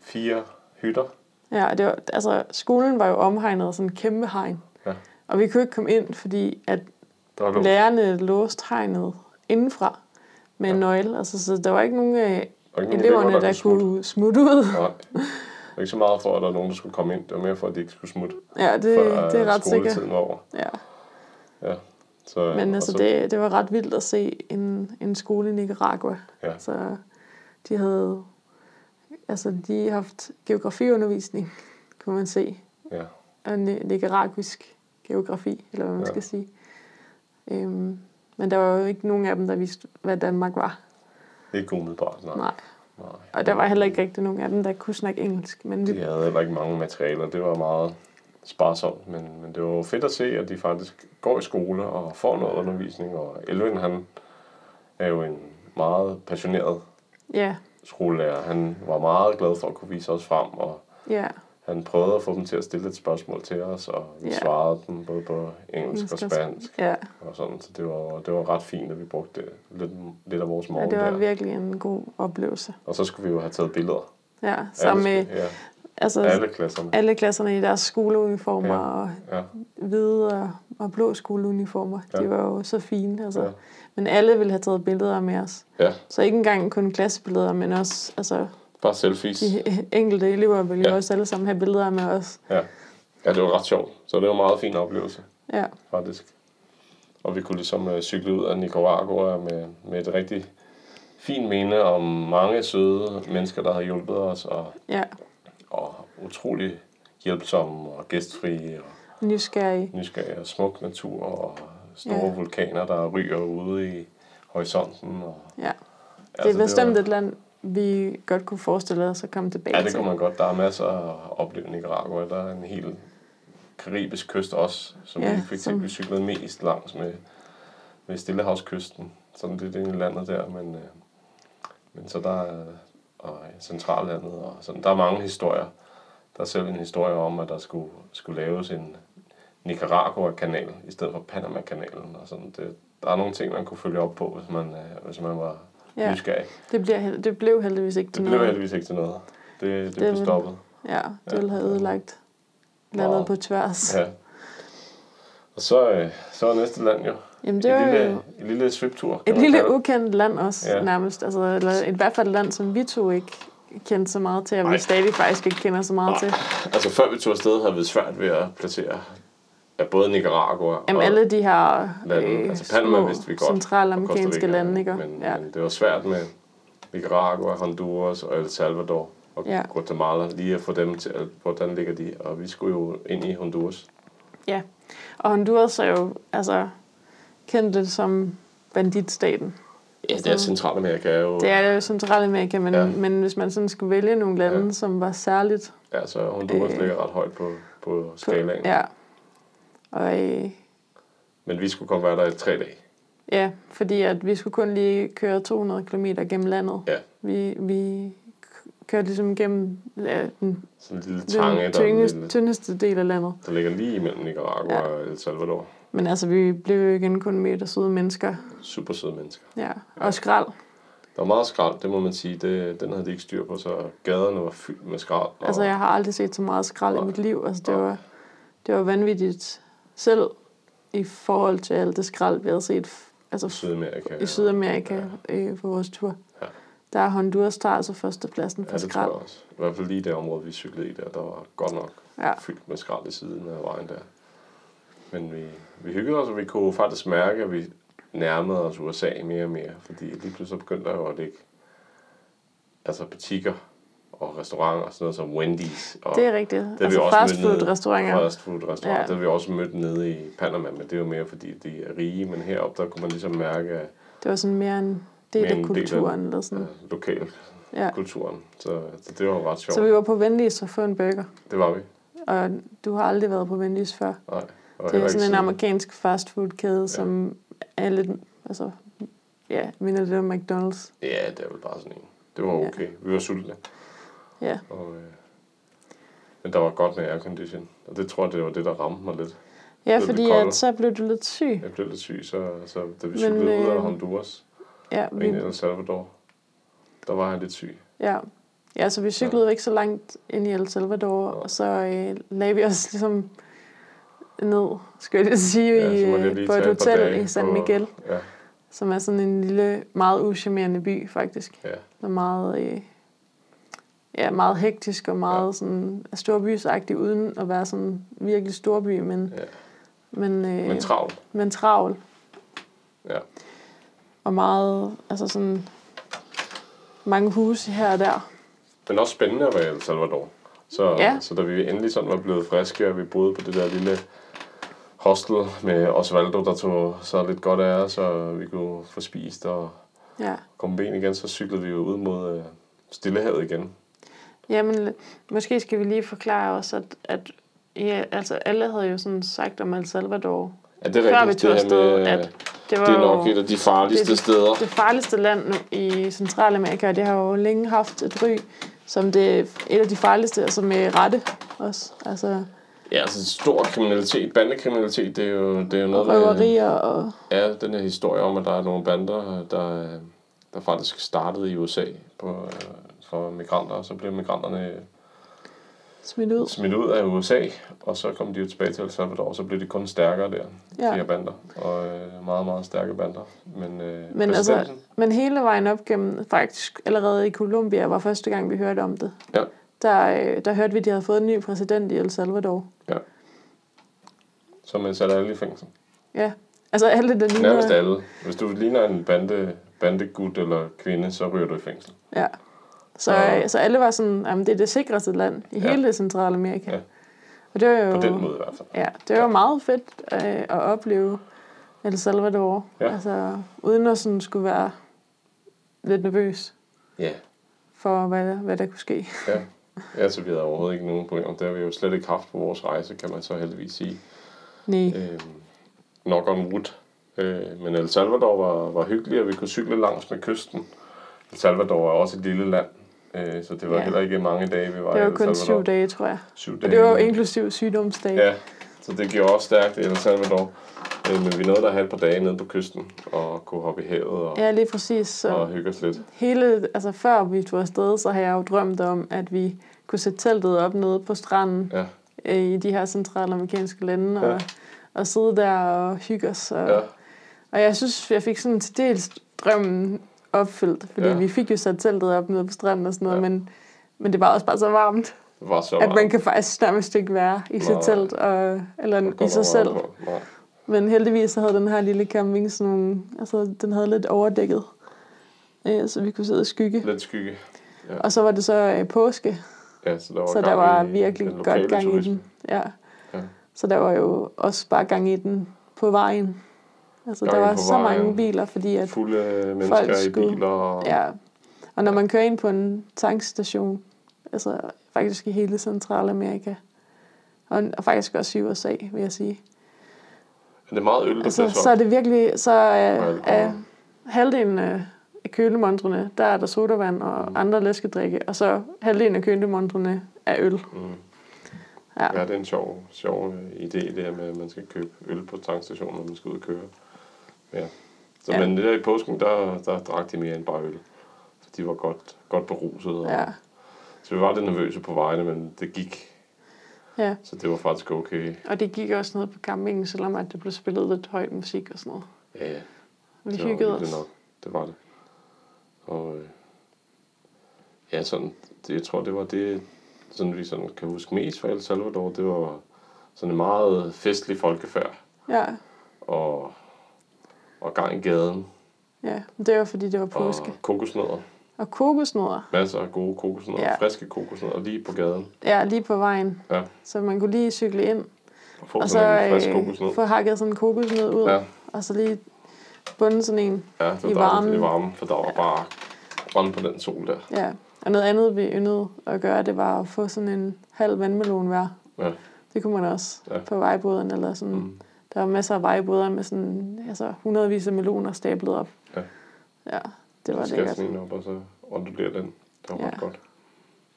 Speaker 1: fire hytter.
Speaker 2: ja, det var, altså, skolen var jo omhegnet af sådan en kæmpe hegn.
Speaker 1: Ja.
Speaker 2: Og vi kunne ikke komme ind, fordi at
Speaker 1: Der var låst.
Speaker 2: lærerne låste hegnet indenfra med en
Speaker 1: Ja.
Speaker 2: nøgle. Altså, så der var ikke nogen af
Speaker 1: Der var ikke nogen
Speaker 2: eleverne, der,
Speaker 1: smutte.
Speaker 2: kunne smutte ud.
Speaker 1: Nej. Det var ikke så meget for, at der var nogen, der skulle komme ind. Det var mere for, at de ikke skulle smutte,
Speaker 2: Ja, det,
Speaker 1: før
Speaker 2: det er ret sikkert.
Speaker 1: skoletiden var over.
Speaker 2: Ja.
Speaker 1: Så, øh,
Speaker 2: Men
Speaker 1: og
Speaker 2: altså,
Speaker 1: så-
Speaker 2: det, det var ret vildt at se en, en skole i Nicaragua.
Speaker 1: Ja.
Speaker 2: Så de Altså, havde altså, de har haft geografiundervisning, kunne man se.
Speaker 1: Ja.
Speaker 2: Og en ni- nicaraguisk geografi, eller hvad man
Speaker 1: Ja.
Speaker 2: ja. skal sige. Øhm, men der var jo ikke nogen af dem, der vidste, hvad Danmark var.
Speaker 1: Ikke umiddelbart, nej.
Speaker 2: Nej.
Speaker 1: nej.
Speaker 2: Og der var heller ikke rigtig nogen af dem, der kunne snakke engelsk. Men vi,
Speaker 1: De havde heller ikke mange materialer. Det var meget sparsomt, men, men det var jo fedt at se, at de faktisk går i skole og får noget undervisning. Og Elvin, han er jo en meget passioneret
Speaker 2: ja,
Speaker 1: skolelærer. Han var meget glad for at kunne vise os frem, og
Speaker 2: ja,
Speaker 1: han prøvede at få dem til at stille et spørgsmål til os, og vi
Speaker 2: Ja.
Speaker 1: svarede dem både på engelsk og
Speaker 2: Engelsk og
Speaker 1: spansk.
Speaker 2: ja.
Speaker 1: Og sådan, så det var, det var ret fint, at vi brugte det, lidt, lidt af vores
Speaker 2: ja
Speaker 1: morgen
Speaker 2: det var
Speaker 1: der.
Speaker 2: virkelig en god oplevelse.
Speaker 1: Og så skulle vi jo have taget billeder.
Speaker 2: Ja, sammen med
Speaker 1: alle, ja,
Speaker 2: altså,
Speaker 1: alle klasserne.
Speaker 2: alle klasserne i deres skoleuniformer
Speaker 1: Ja.
Speaker 2: ja. og
Speaker 1: Ja,
Speaker 2: hvide og, og blå skoleuniformer. Ja.
Speaker 1: Ja.
Speaker 2: De var jo så fine. Altså.
Speaker 1: Ja.
Speaker 2: Ja. Men alle ville have taget billeder med os.
Speaker 1: ja,
Speaker 2: Så ikke engang kun klassebilleder, men også altså,
Speaker 1: bare selfies.
Speaker 2: de *laughs* enkelte elever ville
Speaker 1: Ja.
Speaker 2: ja. også alle sammen have billeder med os.
Speaker 1: Ja. ja, det var ret sjovt. Så det var en meget fin oplevelse,
Speaker 2: Ja,
Speaker 1: faktisk. Og vi kunne ligesom øh, cykle ud af Nicaragua med, med et rigtig fint minde om mange søde mennesker, der havde hjulpet os, og,
Speaker 2: ja.
Speaker 1: og utrolig hjælpsomme og gæstfrie og
Speaker 2: nysgerrige.
Speaker 1: nysgerrige og smuk natur og store ja.
Speaker 2: Ja.
Speaker 1: vulkaner, der ryger ude i horisonten. Og,
Speaker 2: Ja. Det
Speaker 1: altså,
Speaker 2: er bestemt
Speaker 1: var-
Speaker 2: et land, vi godt kunne forestille os at komme tilbage
Speaker 1: Ja, det
Speaker 2: til.
Speaker 1: kunne man godt. Der er masser at opleve i Nicaragua. Der er en hel karibisk kyst også, som ja,
Speaker 2: Ja,
Speaker 1: vi fik
Speaker 2: som-
Speaker 1: som... cyklet mest langs med, med Stillehavskysten. Sådan lidt ind i landet der, men, øh, men så der er og i centrallandet. Og sådan. Der er mange historier. Der er selv en historie om, at der skulle, skulle laves en Nicaragua-kanal i stedet for Panama-kanalen. Og sådan. Det, der er nogle ting, man kunne følge op på, hvis man, øh, hvis man var ja.
Speaker 2: ja,
Speaker 1: nysgerrig.
Speaker 2: det, bliver, hel- det blev heldigvis ikke til
Speaker 1: Det blev
Speaker 2: noget.
Speaker 1: heldigvis ikke til noget. Det, det, det
Speaker 2: Det er
Speaker 1: blev
Speaker 2: vel-
Speaker 1: stoppet.
Speaker 2: Ja, det
Speaker 1: Ja.
Speaker 2: ville have ødelagt
Speaker 1: Meget.
Speaker 2: landet på tværs. Ja.
Speaker 1: Ja. Og så, øh, så er næste land jo
Speaker 2: Jamen, det
Speaker 1: en
Speaker 2: var
Speaker 1: lille,
Speaker 2: jo
Speaker 1: en lille sviptur. kan
Speaker 2: et
Speaker 1: man
Speaker 2: lille
Speaker 1: kalde det.
Speaker 2: ukendt land også,
Speaker 1: Ja.
Speaker 2: ja. nærmest. Altså, eller i hvert fald et land, som vi to ikke kendte så meget til, og
Speaker 1: Nej.
Speaker 2: vi stadig faktisk ikke kender så meget til.
Speaker 1: Altså før vi tog afsted, havde vi svært ved at placere ja, både Nicaragua
Speaker 2: Jamen,
Speaker 1: og
Speaker 2: alle de her
Speaker 1: lande.
Speaker 2: øh,
Speaker 1: altså Panama vidste vi godt. og Costa
Speaker 2: centralamerikanske
Speaker 1: Rica,
Speaker 2: lande, ikke?
Speaker 1: Men, øh,
Speaker 2: ja.
Speaker 1: men det var svært med Nicaragua, Honduras og El Salvador og
Speaker 2: Ja.
Speaker 1: Guatemala, lige at få dem til, at- hvordan ligger de. Og vi skulle jo ind i Honduras.
Speaker 2: ja. Og Honduras er jo altså, kendt lidt som banditstaten.
Speaker 1: Ja, det er Centralamerika er jo...
Speaker 2: Mm. Det er jo Centralamerika, men,
Speaker 1: Ja.
Speaker 2: ja. men hvis man sådan skulle vælge nogle lande,
Speaker 1: Ja.
Speaker 2: ja. som var særligt...
Speaker 1: Ja, så Honduras
Speaker 2: Øh,
Speaker 1: ligger ret højt på, på
Speaker 2: på-
Speaker 1: skalaen.
Speaker 2: Ja. Og øh,
Speaker 1: Men vi skulle kun være der i tre dage.
Speaker 2: ja, fordi at vi skulle kun lige køre 200 km gennem landet.
Speaker 1: Ja.
Speaker 2: Vi, vi k- kørte ligesom gennem ja, den,
Speaker 1: Sådan en lille tange,
Speaker 2: den
Speaker 1: der, er en
Speaker 2: tyngeste,
Speaker 1: lille,
Speaker 2: tyndeste del af landet.
Speaker 1: der ligger lige imellem Nicaragua
Speaker 2: Ja.
Speaker 1: og El Salvador.
Speaker 2: Men altså, vi blev jo igen kun mødt af søde mennesker.
Speaker 1: Super søde mennesker.
Speaker 2: Ja. Og skrald.
Speaker 1: Der var meget skrald, det må man sige. Det, den havde de ikke styr på, så gaderne var fyldt med skrald. Og,
Speaker 2: Altså, jeg har aldrig set så meget skrald i
Speaker 1: Nej.
Speaker 2: mit liv. Altså, det
Speaker 1: Nej.
Speaker 2: var, det var vanvittigt selv i forhold til alt det skrald, vi havde set f- altså,
Speaker 1: I Sydamerika.
Speaker 2: i Sydamerika øh, på vores tur.
Speaker 1: Ja.
Speaker 2: Der er Honduras, der er altså førstepladsen
Speaker 1: Ja,
Speaker 2: for
Speaker 1: det tror
Speaker 2: skrald.
Speaker 1: jeg også. I hvert fald lige det område, vi cyklede i der, der var godt nok
Speaker 2: Ja,
Speaker 1: fyldt med skrald i siden af vejen der. Men vi, vi hyggede os, og vi kunne faktisk mærke, at vi nærmede os USA mere og mere, fordi lige pludselig begyndte der jo at ligge altså butikker og restauranter, og sådan noget som Wendy's. Og
Speaker 2: det er rigtigt.
Speaker 1: vi
Speaker 2: Det altså
Speaker 1: også
Speaker 2: fast
Speaker 1: mødt nede.
Speaker 2: food restauranter.
Speaker 1: fast food restaurant. Ja.
Speaker 2: Ja.
Speaker 1: Det har vi også mødt nede i Panama, men det er jo mere fordi, de er rige. Men heroppe, der kunne man ligesom mærke at,
Speaker 2: Det var sådan mere en
Speaker 1: Mere
Speaker 2: del
Speaker 1: en del af
Speaker 2: af kulturen. Eller sådan.
Speaker 1: øh, lokal
Speaker 2: Mm. Ja.
Speaker 1: kulturen. Så, så det var jo ret sjovt.
Speaker 2: Så vi var på Wendy's og få en burger.
Speaker 1: Det var vi.
Speaker 2: Og du har aldrig været på Wendy's før.
Speaker 1: Nej. Og
Speaker 2: Det
Speaker 1: heller
Speaker 2: er
Speaker 1: ikke
Speaker 2: sådan en
Speaker 1: siden.
Speaker 2: amerikansk fastfoodkæde, ja. som er lidt, altså, ja, minder lidt om McDonald's.
Speaker 1: Ja, det er vel bare sådan en. Det var okay. Ja. Vi var sultne.
Speaker 2: Ja,
Speaker 1: Og, øh, men der var godt med aircondition. Og det tror jeg, det var det, der ramte mig lidt.
Speaker 2: ja
Speaker 1: lidt
Speaker 2: fordi
Speaker 1: koldere.
Speaker 2: at så blev du lidt syg.
Speaker 1: Jeg blev lidt syg, så, så da vi
Speaker 2: Men,
Speaker 1: cyklede ud af
Speaker 2: øh,
Speaker 1: Honduras
Speaker 2: Ja,
Speaker 1: og
Speaker 2: vi,
Speaker 1: ind i El Salvador, der var jeg lidt syg.
Speaker 2: ja. ja så vi cyklede jo ikke så langt ind i El Salvador,
Speaker 1: Nej.
Speaker 2: og så øh, lagde vi os ligesom ned, skulle jeg lige sige,
Speaker 1: Ja,
Speaker 2: i,
Speaker 1: så måtte jeg
Speaker 2: øh,
Speaker 1: lige
Speaker 2: på
Speaker 1: tage
Speaker 2: et
Speaker 1: et par dage
Speaker 2: hotel i San
Speaker 1: på-
Speaker 2: Miguel,
Speaker 1: Ja,
Speaker 2: som er sådan en lille, meget uschammerende by faktisk.
Speaker 1: ja.
Speaker 2: Og meget, øh, ja, meget hektisk og meget ja. sådan storbysagtig, uden at være sådan virkelig storby, men,
Speaker 1: Ja.
Speaker 2: men, øh,
Speaker 1: Men travlt.
Speaker 2: men travl.
Speaker 1: Ja.
Speaker 2: og meget, altså sådan mange huse her og der.
Speaker 1: men også spændende at være i El Salvador. Så,
Speaker 2: Ja.
Speaker 1: ja. så da vi endelig sådan var blevet friske, og vi boede på det der lille hostel med Osvaldo, der tog så lidt godt af os, og vi kunne få spist og
Speaker 2: Ja.
Speaker 1: komme ben igen, så cyklede vi jo ud mod øh, Stillehavet igen.
Speaker 2: Jamen, måske skal vi lige forklare også, at, at ja, altså alle havde jo sådan sagt om El Salvador.
Speaker 1: Ja, det
Speaker 2: Før vi tog afsted, at det var
Speaker 1: det er nok
Speaker 2: jo
Speaker 1: et af de farligste
Speaker 2: det er de-
Speaker 1: steder.
Speaker 2: det farligste land nu i Centralamerika, og det har jo længe haft et ry, som det er et af de farligste, altså med rette også. Altså
Speaker 1: Ja, altså stor kriminalitet, bandekriminalitet, det er jo, det er jo noget,
Speaker 2: røverier og...
Speaker 1: Ja, den her historie om, at der er nogle bander, der, øh, der faktisk startede i USA på, øh, for migranter, og så blev migranterne
Speaker 2: smidt ud.
Speaker 1: smidt ud af USA, og så kom de jo tilbage til El Salvador, og så blev de kun stærkere der, ja. de
Speaker 2: Ja.
Speaker 1: her bander, og øh, meget, meget stærke bander. Men, øh,
Speaker 2: Men altså-
Speaker 1: præsidenten-
Speaker 2: Men hele vejen op gennem, faktisk allerede i Colombia, var første gang, vi hørte om det.
Speaker 1: Ja.
Speaker 2: Der, øh, der hørte vi, at de havde fået en ny præsident i El Salvador.
Speaker 1: Som man satte alle i fængsel.
Speaker 2: Ja, altså alle det, der
Speaker 1: Nærmest
Speaker 2: ligner...
Speaker 1: alle. Hvis du ligner en bande, bandegud eller kvinde, så ryger du i fængsel.
Speaker 2: Ja. Så,
Speaker 1: Ja.
Speaker 2: øh, så alle var sådan, at det er det sikreste land i
Speaker 1: Ja.
Speaker 2: hele Centralamerika.
Speaker 1: Ja.
Speaker 2: Og det var jo,
Speaker 1: På den måde i hvert fald.
Speaker 2: Ja, det var meget fedt øh, at opleve El Salvador.
Speaker 1: Ja.
Speaker 2: Altså, uden at sådan skulle være lidt nervøs
Speaker 1: Ja.
Speaker 2: for, hvad, hvad der kunne ske.
Speaker 1: Ja. ja, så vi havde overhovedet ikke nogen problemer. Det har vi jo slet ikke haft på vores rejse, kan man så heldigvis sige.
Speaker 2: Nej.
Speaker 1: Øh, knock on wood. Øh, men El Salvador var, var hyggelig, og vi kunne cykle langs med kysten. El Salvador er også et lille land, øh, så det var
Speaker 2: Ja.
Speaker 1: ja. heller ikke mange dage, vi var
Speaker 2: Det
Speaker 1: i
Speaker 2: var
Speaker 1: El
Speaker 2: kun
Speaker 1: Salvador.
Speaker 2: syv dage, tror jeg.
Speaker 1: syv
Speaker 2: Og det var jo inklusiv sygdomsdage.
Speaker 1: Ja, så det gjorde også stærkt i El Salvador. Øh, men vi nåede der at have et par dage nede på kysten, og kunne hoppe i havet og,
Speaker 2: Ja, lige præcis. Så
Speaker 1: og hygge os lidt.
Speaker 2: hele, altså før vi tog afsted, så har jeg jo drømt om, at vi kunne sætte teltet op nede på stranden
Speaker 1: Ja,
Speaker 2: øh, i de her centralamerikanske lande,
Speaker 1: Ja.
Speaker 2: og, og sidde der og hygge os. Og,
Speaker 1: ja.
Speaker 2: Og jeg synes, jeg fik sådan til dels drømmen opfyldt, fordi ja.
Speaker 1: Ja.
Speaker 2: vi fik jo sat teltet op nede på stranden og sådan noget, ja.
Speaker 1: Ja.
Speaker 2: men, men det var også bare så varmt,
Speaker 1: Det var så
Speaker 2: at man
Speaker 1: varmt.
Speaker 2: kan faktisk nærmest ikke være i sit
Speaker 1: Nej.
Speaker 2: telt, og,
Speaker 1: Der
Speaker 2: eller
Speaker 1: går
Speaker 2: i sig
Speaker 1: man
Speaker 2: selv.
Speaker 1: varmt på. Nej.
Speaker 2: Men heldigvis så havde den her lille camping sådan nogle, altså den havde lidt overdækket, øh, så vi kunne sidde i skygge.
Speaker 1: Lidt skygge.
Speaker 2: Og så var det så øh, påske,
Speaker 1: Ja, så der var,
Speaker 2: så der
Speaker 1: gang
Speaker 2: var
Speaker 1: i
Speaker 2: virkelig
Speaker 1: den lokale
Speaker 2: godt gang
Speaker 1: turisme.
Speaker 2: i den. Ja.
Speaker 1: Ja.
Speaker 2: Så der var jo også bare gang i den på vejen. Altså
Speaker 1: Gang
Speaker 2: der
Speaker 1: i
Speaker 2: var
Speaker 1: på
Speaker 2: så mange
Speaker 1: vejen.
Speaker 2: biler, fordi at
Speaker 1: Fulde mennesker i
Speaker 2: skulle-
Speaker 1: biler. Og,
Speaker 2: Ja, og når man kører ind på en tankstation, altså faktisk i hele Centralamerika, og, og faktisk også i USA, vil jeg sige,
Speaker 1: Men Det er meget øl, der
Speaker 2: altså,
Speaker 1: bliver
Speaker 2: så er
Speaker 1: solgt.
Speaker 2: det virkelig, så øh, er,
Speaker 1: alkohol.
Speaker 2: er halvdelen af af kølemontrene, der er der sodavand og mm. andre læskedrikke, og så halvdelen af kølemontrene er øl.
Speaker 1: Mm.
Speaker 2: Ja.
Speaker 1: Ja, det er en sjov, sjov øh, idé, det her med, at man skal købe øl på tankstationen, når man skal ud og køre. Ja. Så,
Speaker 2: Ja.
Speaker 1: ja. Men det der i påsken, der, der drak de mere end bare øl. Så de var godt, godt beruset. Og,
Speaker 2: Ja,
Speaker 1: Så vi var lidt nervøse på vejene, men det gik.
Speaker 2: ja.
Speaker 1: Så det var faktisk okay.
Speaker 2: Og det gik også noget på campingen, selvom at det blev spillet lidt høj musik og sådan noget.
Speaker 1: Ja, ja.
Speaker 2: Vi
Speaker 1: det var
Speaker 2: hyggede
Speaker 1: hyggeligt
Speaker 2: os.
Speaker 1: Nok. Det var det. Og øh, ja, sådan, det, jeg tror, det var det, sådan, vi sådan kan huske mest fra El Salvador. Det var sådan en meget festlig folkefærd.
Speaker 2: Ja,
Speaker 1: og, og gang i gaden.
Speaker 2: ja. Men Det var fordi, det var påske.
Speaker 1: Og kokosnødder.
Speaker 2: Og kokosnødder.
Speaker 1: Masser af gode kokosnødder.
Speaker 2: Ja.
Speaker 1: Ja. Friske kokosnødder lige på gaden.
Speaker 2: Ja, lige på vejen.
Speaker 1: Ja.
Speaker 2: Så man kunne lige cykle ind,
Speaker 1: Og få
Speaker 2: og så
Speaker 1: sådan en frisk
Speaker 2: øh,
Speaker 1: kokosnød.
Speaker 2: få hakket sådan en kokosnød ud,
Speaker 1: Ja,
Speaker 2: ja. og så lige bunde sådan en.
Speaker 1: ja, det
Speaker 2: i
Speaker 1: var
Speaker 2: varmen.
Speaker 1: varme. i varmen, for der var bare brand på den sol der.
Speaker 2: Ja. Og noget andet, vi yndede at gøre, det var at få sådan en halv vandmelon hver.
Speaker 1: Ja.
Speaker 2: Det kunne man også ja.
Speaker 1: Ja.
Speaker 2: på vejbåden, eller sådan. Mm.
Speaker 1: Mm.
Speaker 2: Der var masser af vejbåder med sådan altså, hundredvis af meloner stablet op.
Speaker 1: Ja.
Speaker 2: ja det var
Speaker 1: så skal jeg
Speaker 2: lækkert.
Speaker 1: sådan en op, og så ondulerer den. Det var
Speaker 2: Ja.
Speaker 1: ja. ret godt.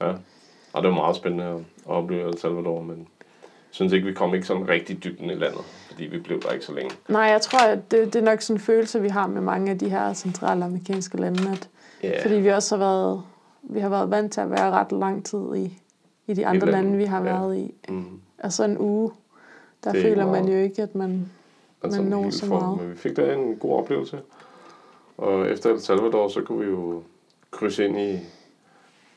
Speaker 1: Ja. Og det var meget spændende at at opleve El Salvador, men jeg synes ikke, vi kom ikke sådan rigtig dybden i landet, fordi vi blev der ikke så længe.
Speaker 2: Nej, jeg tror, at det, det er nok sådan en følelse, vi har med mange af de her centralamerikanske lande, at
Speaker 1: Ja,
Speaker 2: Fordi vi også har været, vi har været vant til at være ret lang tid i, i de andre
Speaker 1: landet,
Speaker 2: lande, vi har
Speaker 1: ja.
Speaker 2: været i.
Speaker 1: mm.
Speaker 2: Altså en uge, der
Speaker 1: Det er
Speaker 2: føler
Speaker 1: ikke
Speaker 2: man
Speaker 1: meget.
Speaker 2: jo ikke, at man...
Speaker 1: man
Speaker 2: Man
Speaker 1: sådan
Speaker 2: når
Speaker 1: helt
Speaker 2: så
Speaker 1: får.
Speaker 2: meget.
Speaker 1: Men vi fik da en god oplevelse. Og efter El Salvador, så kunne vi jo krydse ind i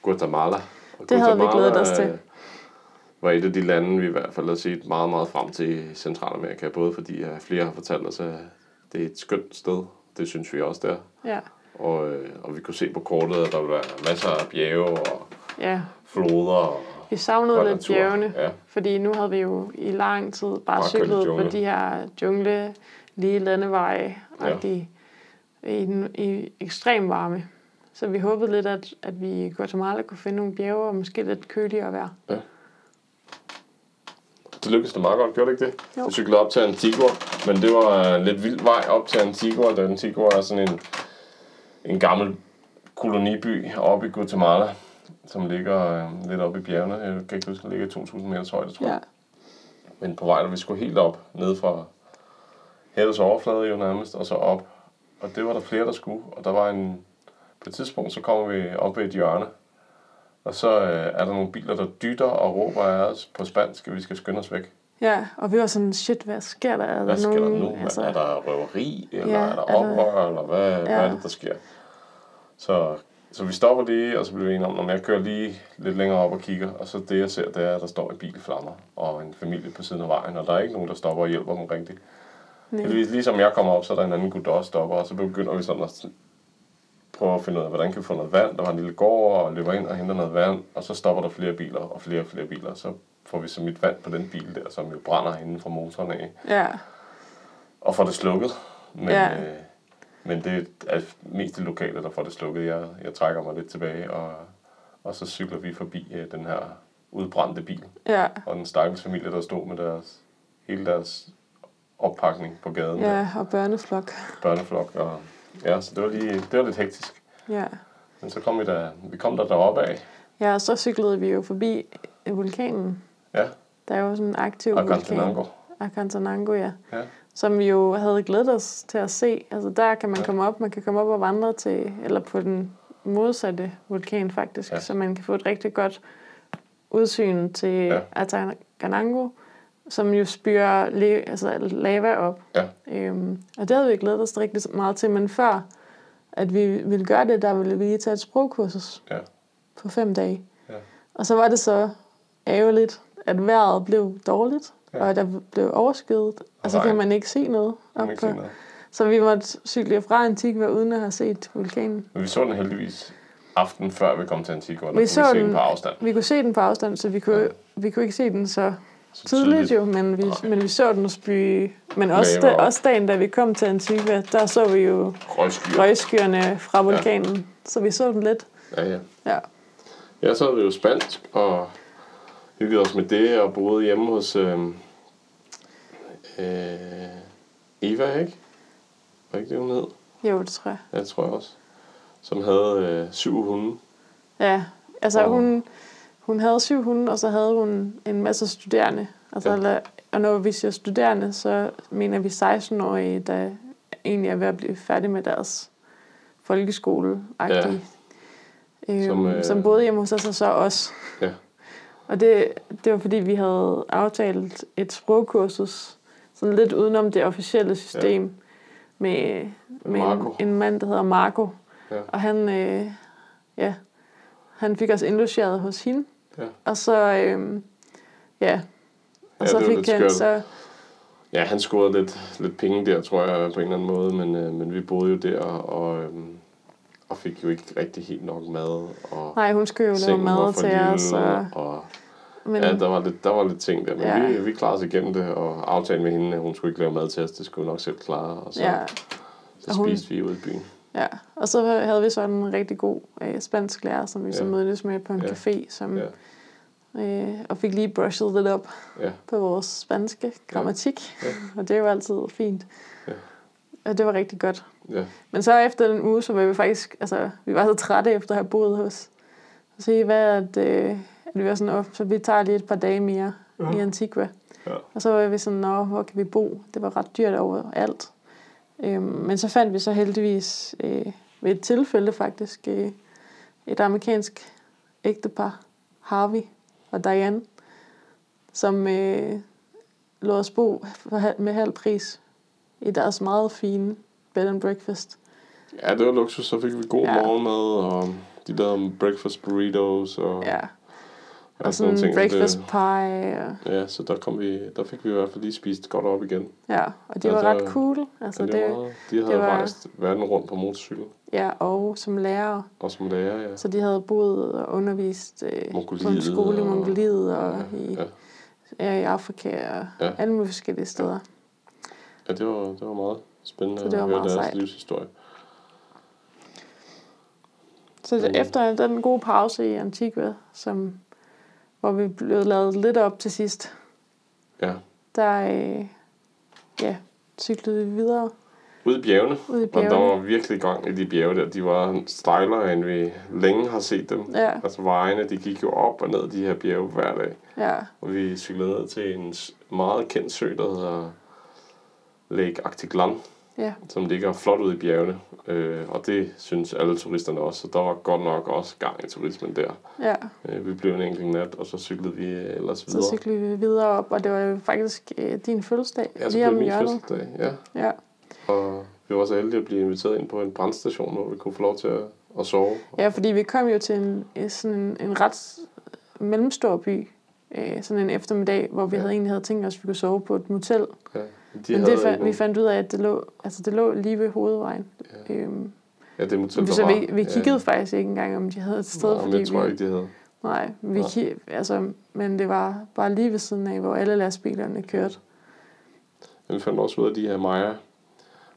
Speaker 1: Guatemala. Og
Speaker 2: Det havde vi glædet os til.
Speaker 1: øh, var et af de lande, vi i hvert fald har set meget, meget frem til i Centralamerika. Både fordi at flere har fortalt os, at det er et skønt sted. Det synes vi også, det er.
Speaker 2: Ja,
Speaker 1: Og, øh, og vi kunne se på kortet, at der ville være masser af bjerge og
Speaker 2: ja,
Speaker 1: floder og
Speaker 2: vi savnede
Speaker 1: Kold
Speaker 2: lidt
Speaker 1: natur,
Speaker 2: bjergene,
Speaker 1: ja.
Speaker 2: fordi nu havde vi jo i lang tid bare
Speaker 1: Bare kørt i
Speaker 2: cyklet på
Speaker 1: jungle.
Speaker 2: de her jungle, lige landeveje, og de i, den- i ekstrem varme. Så vi håbede lidt, at, at vi i Guatemala kunne finde nogle bjerge og måske lidt køligere vejr.
Speaker 1: det lykkedes det meget godt, gjorde det ikke det?
Speaker 2: Jo.
Speaker 1: Jo. Jeg cyklede op til Antigua, men det var en lidt vild vej op til Antigua, da Antigua er sådan en, en gammel koloniby oppe i Guatemala, som ligger øh, lidt oppe i bjergene. Jeg kan ikke huske, den ligger i 2.000 meters højde, tror jeg.
Speaker 2: Ja.
Speaker 1: Men på vej, når vi skulle helt op, ned fra havets overflade jo nærmest, og så op. Og det var der flere, der skulle. Og der var en... På et tidspunkt, så kommer vi op ved et hjørne. Og så øh, er der nogle biler, der dytter og råber af os på spansk, at vi skal skynde os væk.
Speaker 2: ja, og vi var sådan, shit, hvad sker der? Er der
Speaker 1: Hvad sker der
Speaker 2: nogen,
Speaker 1: nu? Altså, er der røveri, eller
Speaker 2: Ja,
Speaker 1: ja, er der
Speaker 2: er der-
Speaker 1: oprør, eller hvad, ja. hvad er det, der sker? Så, så vi stopper lige, og så bliver vi enige om, at jeg kører lige lidt længere op og kigger, og så det, jeg ser, det er, at der står en bil i flammer, og en familie på siden af vejen, og der er ikke nogen, der stopper og hjælper dem rigtigt.
Speaker 2: Nej.
Speaker 1: Heldigvis, ligesom jeg kommer op, så er der en anden gut, der også stopper, og så begynder vi sådan at prøve at finde ud af, hvordan kan vi få noget vand. Der var en lille gård, og løber ind og henter noget vand, og så stopper der flere biler, og flere og flere biler, og så får vi så mit vand på den bil der, som jo brænder inden fra motoren af
Speaker 2: Ja,
Speaker 1: og får det slukket. Men,
Speaker 2: Ja.
Speaker 1: ja. øh, men det er mest det lokale, der får det slukket. Jeg, jeg trækker mig lidt tilbage, og, og så cykler vi forbi øh, den her udbrændte bil.
Speaker 2: ja,
Speaker 1: Og den stakkels familie, der stod med deres, hele deres oppakning på gaden. Ja.
Speaker 2: ja, og børneflok.
Speaker 1: Børneflok. Og, ja, så det var, lige, det var lidt hektisk.
Speaker 2: Ja.
Speaker 1: Men så kom vi, der, vi kom der deroppe af.
Speaker 2: ja, og så cyklede vi jo forbi vulkanen.
Speaker 1: Ja,
Speaker 2: Der er jo sådan en aktiv
Speaker 1: og
Speaker 2: vulkan.
Speaker 1: Guantanamo.
Speaker 2: Akantanango, ja.
Speaker 1: Ja.
Speaker 2: Som vi jo havde glædet os til at se. Altså der kan man
Speaker 1: Ja.
Speaker 2: komme op, man kan komme op og vandre til, eller på den modsatte vulkan faktisk, ja.
Speaker 1: Ja.
Speaker 2: så man kan få et rigtig godt udsyn til ja.
Speaker 1: Ja.
Speaker 2: Atanango, som jo spyrer le- altså lava op.
Speaker 1: Ja.
Speaker 2: Øhm, og det havde vi glædet os rigtig meget til, men før at vi ville gøre det, der ville vi lige tage et sprogkursus
Speaker 1: Ja.
Speaker 2: på fem dage.
Speaker 1: Ja.
Speaker 2: Og så var det så ærgerligt, at vejret blev dårligt, ja.
Speaker 1: Ja.
Speaker 2: og der blev overskyet, og så
Speaker 1: regn.
Speaker 2: kan man ikke se noget.
Speaker 1: Man
Speaker 2: Op
Speaker 1: kan ikke
Speaker 2: på.
Speaker 1: se noget.
Speaker 2: Så vi måtte cykle fra Antigua uden at have set vulkanen.
Speaker 1: Men vi så den heldigvis aften før vi kom til Antigua.
Speaker 2: Vi
Speaker 1: Vi
Speaker 2: så
Speaker 1: så vi se
Speaker 2: den-
Speaker 1: den på afstand.
Speaker 2: Vi kunne se den på afstand, så vi kunne, ja.
Speaker 1: Ja.
Speaker 2: vi kunne ikke se den så
Speaker 1: Så
Speaker 2: tidligt jo, men vi,
Speaker 1: Nej.
Speaker 2: men vi så den spy. Men også,
Speaker 1: Lava
Speaker 2: da,
Speaker 1: op.
Speaker 2: også dagen, da vi kom til Antigua, der så vi jo
Speaker 1: Røgskyer.
Speaker 2: røgskyerne fra vulkanen, ja. så vi så dem lidt.
Speaker 1: Ja, ja.
Speaker 2: Ja.
Speaker 1: Ja, så havde vi jo spansk og hyggede os med det og boede hjemme hos øh, øh, Eva, ikke? Var ikke det, hun hed?
Speaker 2: Jo, det tror jeg.
Speaker 1: Ja, det tror jeg også. Som havde øh, syv hunde.
Speaker 2: Ja, altså
Speaker 1: Og-
Speaker 2: hun, hun havde syv hunde, og så havde hun en masse studerende. Altså,
Speaker 1: Ja.
Speaker 2: ja. Og når vi siger studerende, så mener vi 16-årige, der egentlig er ved at blive færdige med deres folkeskole ja.
Speaker 1: Ja.
Speaker 2: øhm, som,
Speaker 1: Som,
Speaker 2: øh...
Speaker 1: øh,
Speaker 2: som boede hjemme hos os og så os.
Speaker 1: Ja.
Speaker 2: Og det, det var fordi, vi havde aftalt et sprogkursus, sådan lidt udenom det officielle system, ja. med, med
Speaker 1: Marco.
Speaker 2: en, en mand, der hedder Marco.
Speaker 1: Ja.
Speaker 2: Og han, øh, ja, han fik os indlogeret hos hende.
Speaker 1: Ja.
Speaker 2: Og så, øh, ja,
Speaker 1: Ja,
Speaker 2: og så
Speaker 1: det var
Speaker 2: fik
Speaker 1: lidt
Speaker 2: han
Speaker 1: skørt.
Speaker 2: så,
Speaker 1: Ja, han scorede lidt, lidt penge der, tror jeg, på en eller anden måde, men, øh, men vi boede jo der og, øh, og fik jo ikke rigtig helt nok mad. Og
Speaker 2: nej, hun skulle jo lave
Speaker 1: sengen var
Speaker 2: mad
Speaker 1: for
Speaker 2: til
Speaker 1: lille,
Speaker 2: os. Og,
Speaker 1: og
Speaker 2: men,
Speaker 1: Ja, der var lidt, der var lidt ting der, men
Speaker 2: Ja.
Speaker 1: ja. vi, vi klarede os igennem det, og aftalte med hende, at hun skulle ikke lave mad til os, det skulle hun nok selv klare, og så,
Speaker 2: ja,
Speaker 1: ja. så
Speaker 2: og hun-
Speaker 1: spiste vi ude i byen.
Speaker 2: ja. Og så havde vi sådan en rigtig god øh, spansk lærer, som vi så
Speaker 1: Ja.
Speaker 2: mødtes med på en
Speaker 1: Ja.
Speaker 2: café, som,
Speaker 1: Ja.
Speaker 2: øh, og fik lige brushed lidt op
Speaker 1: Ja,
Speaker 2: på vores spanske grammatik.
Speaker 1: Ja.
Speaker 2: *laughs* Og det var altid fint.
Speaker 1: Ja.
Speaker 2: Og det var rigtig godt.
Speaker 1: ja,
Speaker 2: Men så efter den uge, så var vi faktisk, altså, vi var så trætte efter at have boet hos, hos Eva, at, øh, at vi var sådan, "Åh, så vi tager lige et par dage mere ja. i Antigua.
Speaker 1: Ja.
Speaker 2: Og så var vi sådan, Nå, hvor kan vi bo? Det var ret dyrt overalt. Øhm, men så fandt vi så heldigvis øh, ved et tilfælde faktisk øh, et amerikansk ægtepar, Harvey og Diane, som øh, lod os bo for, hal- med halv pris i deres meget fine bed and breakfast.
Speaker 1: ja det var luksus, så fik vi god
Speaker 2: Ja.
Speaker 1: ja. morgenmad, og de lavede breakfast burritos, og ja.
Speaker 2: Ja, Og
Speaker 1: sådan nogle
Speaker 2: sådan
Speaker 1: ting,
Speaker 2: ting,
Speaker 1: men det-
Speaker 2: breakfast pie. Og,
Speaker 1: Ja, så der, kom vi, der fik vi i hvert fald lige spist godt op igen.
Speaker 2: ja, og de var
Speaker 1: Altså,
Speaker 2: ret cool. Altså,
Speaker 1: Så det, var,
Speaker 2: det,
Speaker 1: meget- de havde
Speaker 2: var-
Speaker 1: rejst verden rundt på motorcykel,
Speaker 2: ja, og som lærer.
Speaker 1: og som lærer, ja.
Speaker 2: Så de havde boet og undervist øh, på en
Speaker 1: Mongoliet
Speaker 2: skole i
Speaker 1: og-
Speaker 2: Mongoliet og i,
Speaker 1: ja,
Speaker 2: ja, i Afrika og
Speaker 1: Ja.
Speaker 2: ja. alle mulige forskellige steder.
Speaker 1: ja det, var, det var meget spændende
Speaker 2: Så det var
Speaker 1: at høre
Speaker 2: meget
Speaker 1: deres
Speaker 2: sejt.
Speaker 1: livshistorie.
Speaker 2: Så det,
Speaker 1: Mm.
Speaker 2: efter den gode pause i Antigua, som, hvor vi blev lavet lidt op til sidst,
Speaker 1: Ja.
Speaker 2: der øh, ja, cyklede vi videre
Speaker 1: Ude i bjergene,
Speaker 2: ud i
Speaker 1: og der
Speaker 2: bjergene.
Speaker 1: var virkelig gang i de bjerge der. De var stejlere, end vi længe har set dem.
Speaker 2: Ja,
Speaker 1: Altså vejene, de gik jo op og ned de her bjerge hver dag.
Speaker 2: ja,
Speaker 1: Og vi cyklede ned til en s- meget kendt sø, der hedder Lake Artiglan,
Speaker 2: ja,
Speaker 1: som ligger flot ude i bjergene. Øh, og det synes alle turisterne også, så der var godt nok også gang i turismen der.
Speaker 2: ja.
Speaker 1: Øh, vi blev en enkelt nat, og så cyklede vi øh, ellers videre.
Speaker 2: Så cyklede vi videre op, og det var jo faktisk øh, din fødselsdag
Speaker 1: ja, så blev
Speaker 2: lige om
Speaker 1: min
Speaker 2: hjørnet.
Speaker 1: fødselsdag. Ja.
Speaker 2: Ja,
Speaker 1: Og vi var så heldige at blive inviteret ind på en brandstation, hvor vi kunne få lov til at, at sove.
Speaker 2: ja, fordi vi kom jo til en, øh, sådan en, en ret s- mellemstor by, øh, sådan en eftermiddag, hvor vi
Speaker 1: Ja.
Speaker 2: ja. havde egentlig havde tænkt os, at vi kunne sove på et motel.
Speaker 1: Ja.
Speaker 2: De Men det
Speaker 1: ikke
Speaker 2: fandt, vi
Speaker 1: nogen-
Speaker 2: fandt ud af, at det lå, altså det lå lige ved hovedvejen.
Speaker 1: Ja.
Speaker 2: Øhm,
Speaker 1: ja, det motel,
Speaker 2: så,
Speaker 1: der
Speaker 2: så
Speaker 1: var.
Speaker 2: vi, vi kiggede ja. faktisk ikke engang, om de havde et sted.
Speaker 1: ja, fordi
Speaker 2: fordi
Speaker 1: jeg tror
Speaker 2: vi,
Speaker 1: ikke, de havde.
Speaker 2: Nej, vi
Speaker 1: Nej.
Speaker 2: Ki, altså, men det var bare lige ved siden af, hvor alle lastbilerne kørte.
Speaker 1: Men vi fandt også ud af, at de her Maya,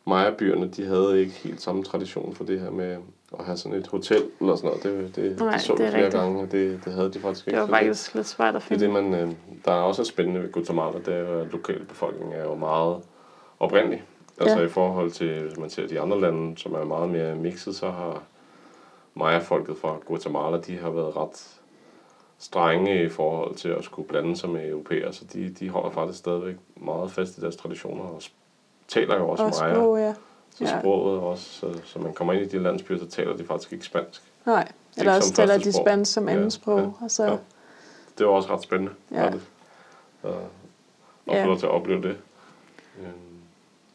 Speaker 1: Maya-byerne, de havde ikke helt samme tradition for det her med at have sådan et hotel eller sådan noget. Det, det,
Speaker 2: Nej,
Speaker 1: det så
Speaker 2: det
Speaker 1: vi
Speaker 2: er
Speaker 1: flere
Speaker 2: rigtigt.
Speaker 1: gange, og det, det havde de faktisk ikke.
Speaker 2: Det var
Speaker 1: Så
Speaker 2: faktisk lidt svært at
Speaker 1: det er
Speaker 2: finde.
Speaker 1: det, man, øh, der er også spændende ved Guatemala, det er, at lokalbefolkningen er jo meget oprindelig. Altså
Speaker 2: Ja.
Speaker 1: i forhold til, hvis man ser de andre lande, som er meget mere mixet, så har Maya-folket fra Guatemala, de har været ret strenge i forhold til at skulle blande sig med europæer, så de, de holder faktisk stadigvæk meget fast i deres traditioner og s- taler jo også,
Speaker 2: Og
Speaker 1: også Maya.
Speaker 2: sprog, ja.
Speaker 1: Så
Speaker 2: ja.
Speaker 1: sproget er også, så, så man kommer ind i de landsbyer, så taler de faktisk ikke spansk.
Speaker 2: Nej,
Speaker 1: er
Speaker 2: eller
Speaker 1: ikke
Speaker 2: også
Speaker 1: som
Speaker 2: taler
Speaker 1: første
Speaker 2: de
Speaker 1: sprog.
Speaker 2: spansk som
Speaker 1: Ja,
Speaker 2: andet sprog.
Speaker 1: ja,
Speaker 2: Og så,
Speaker 1: ja. Det var også ret spændende.
Speaker 2: Ja.
Speaker 1: var det. Og, og
Speaker 2: Ja.
Speaker 1: få lov til at opleve det. Øhm,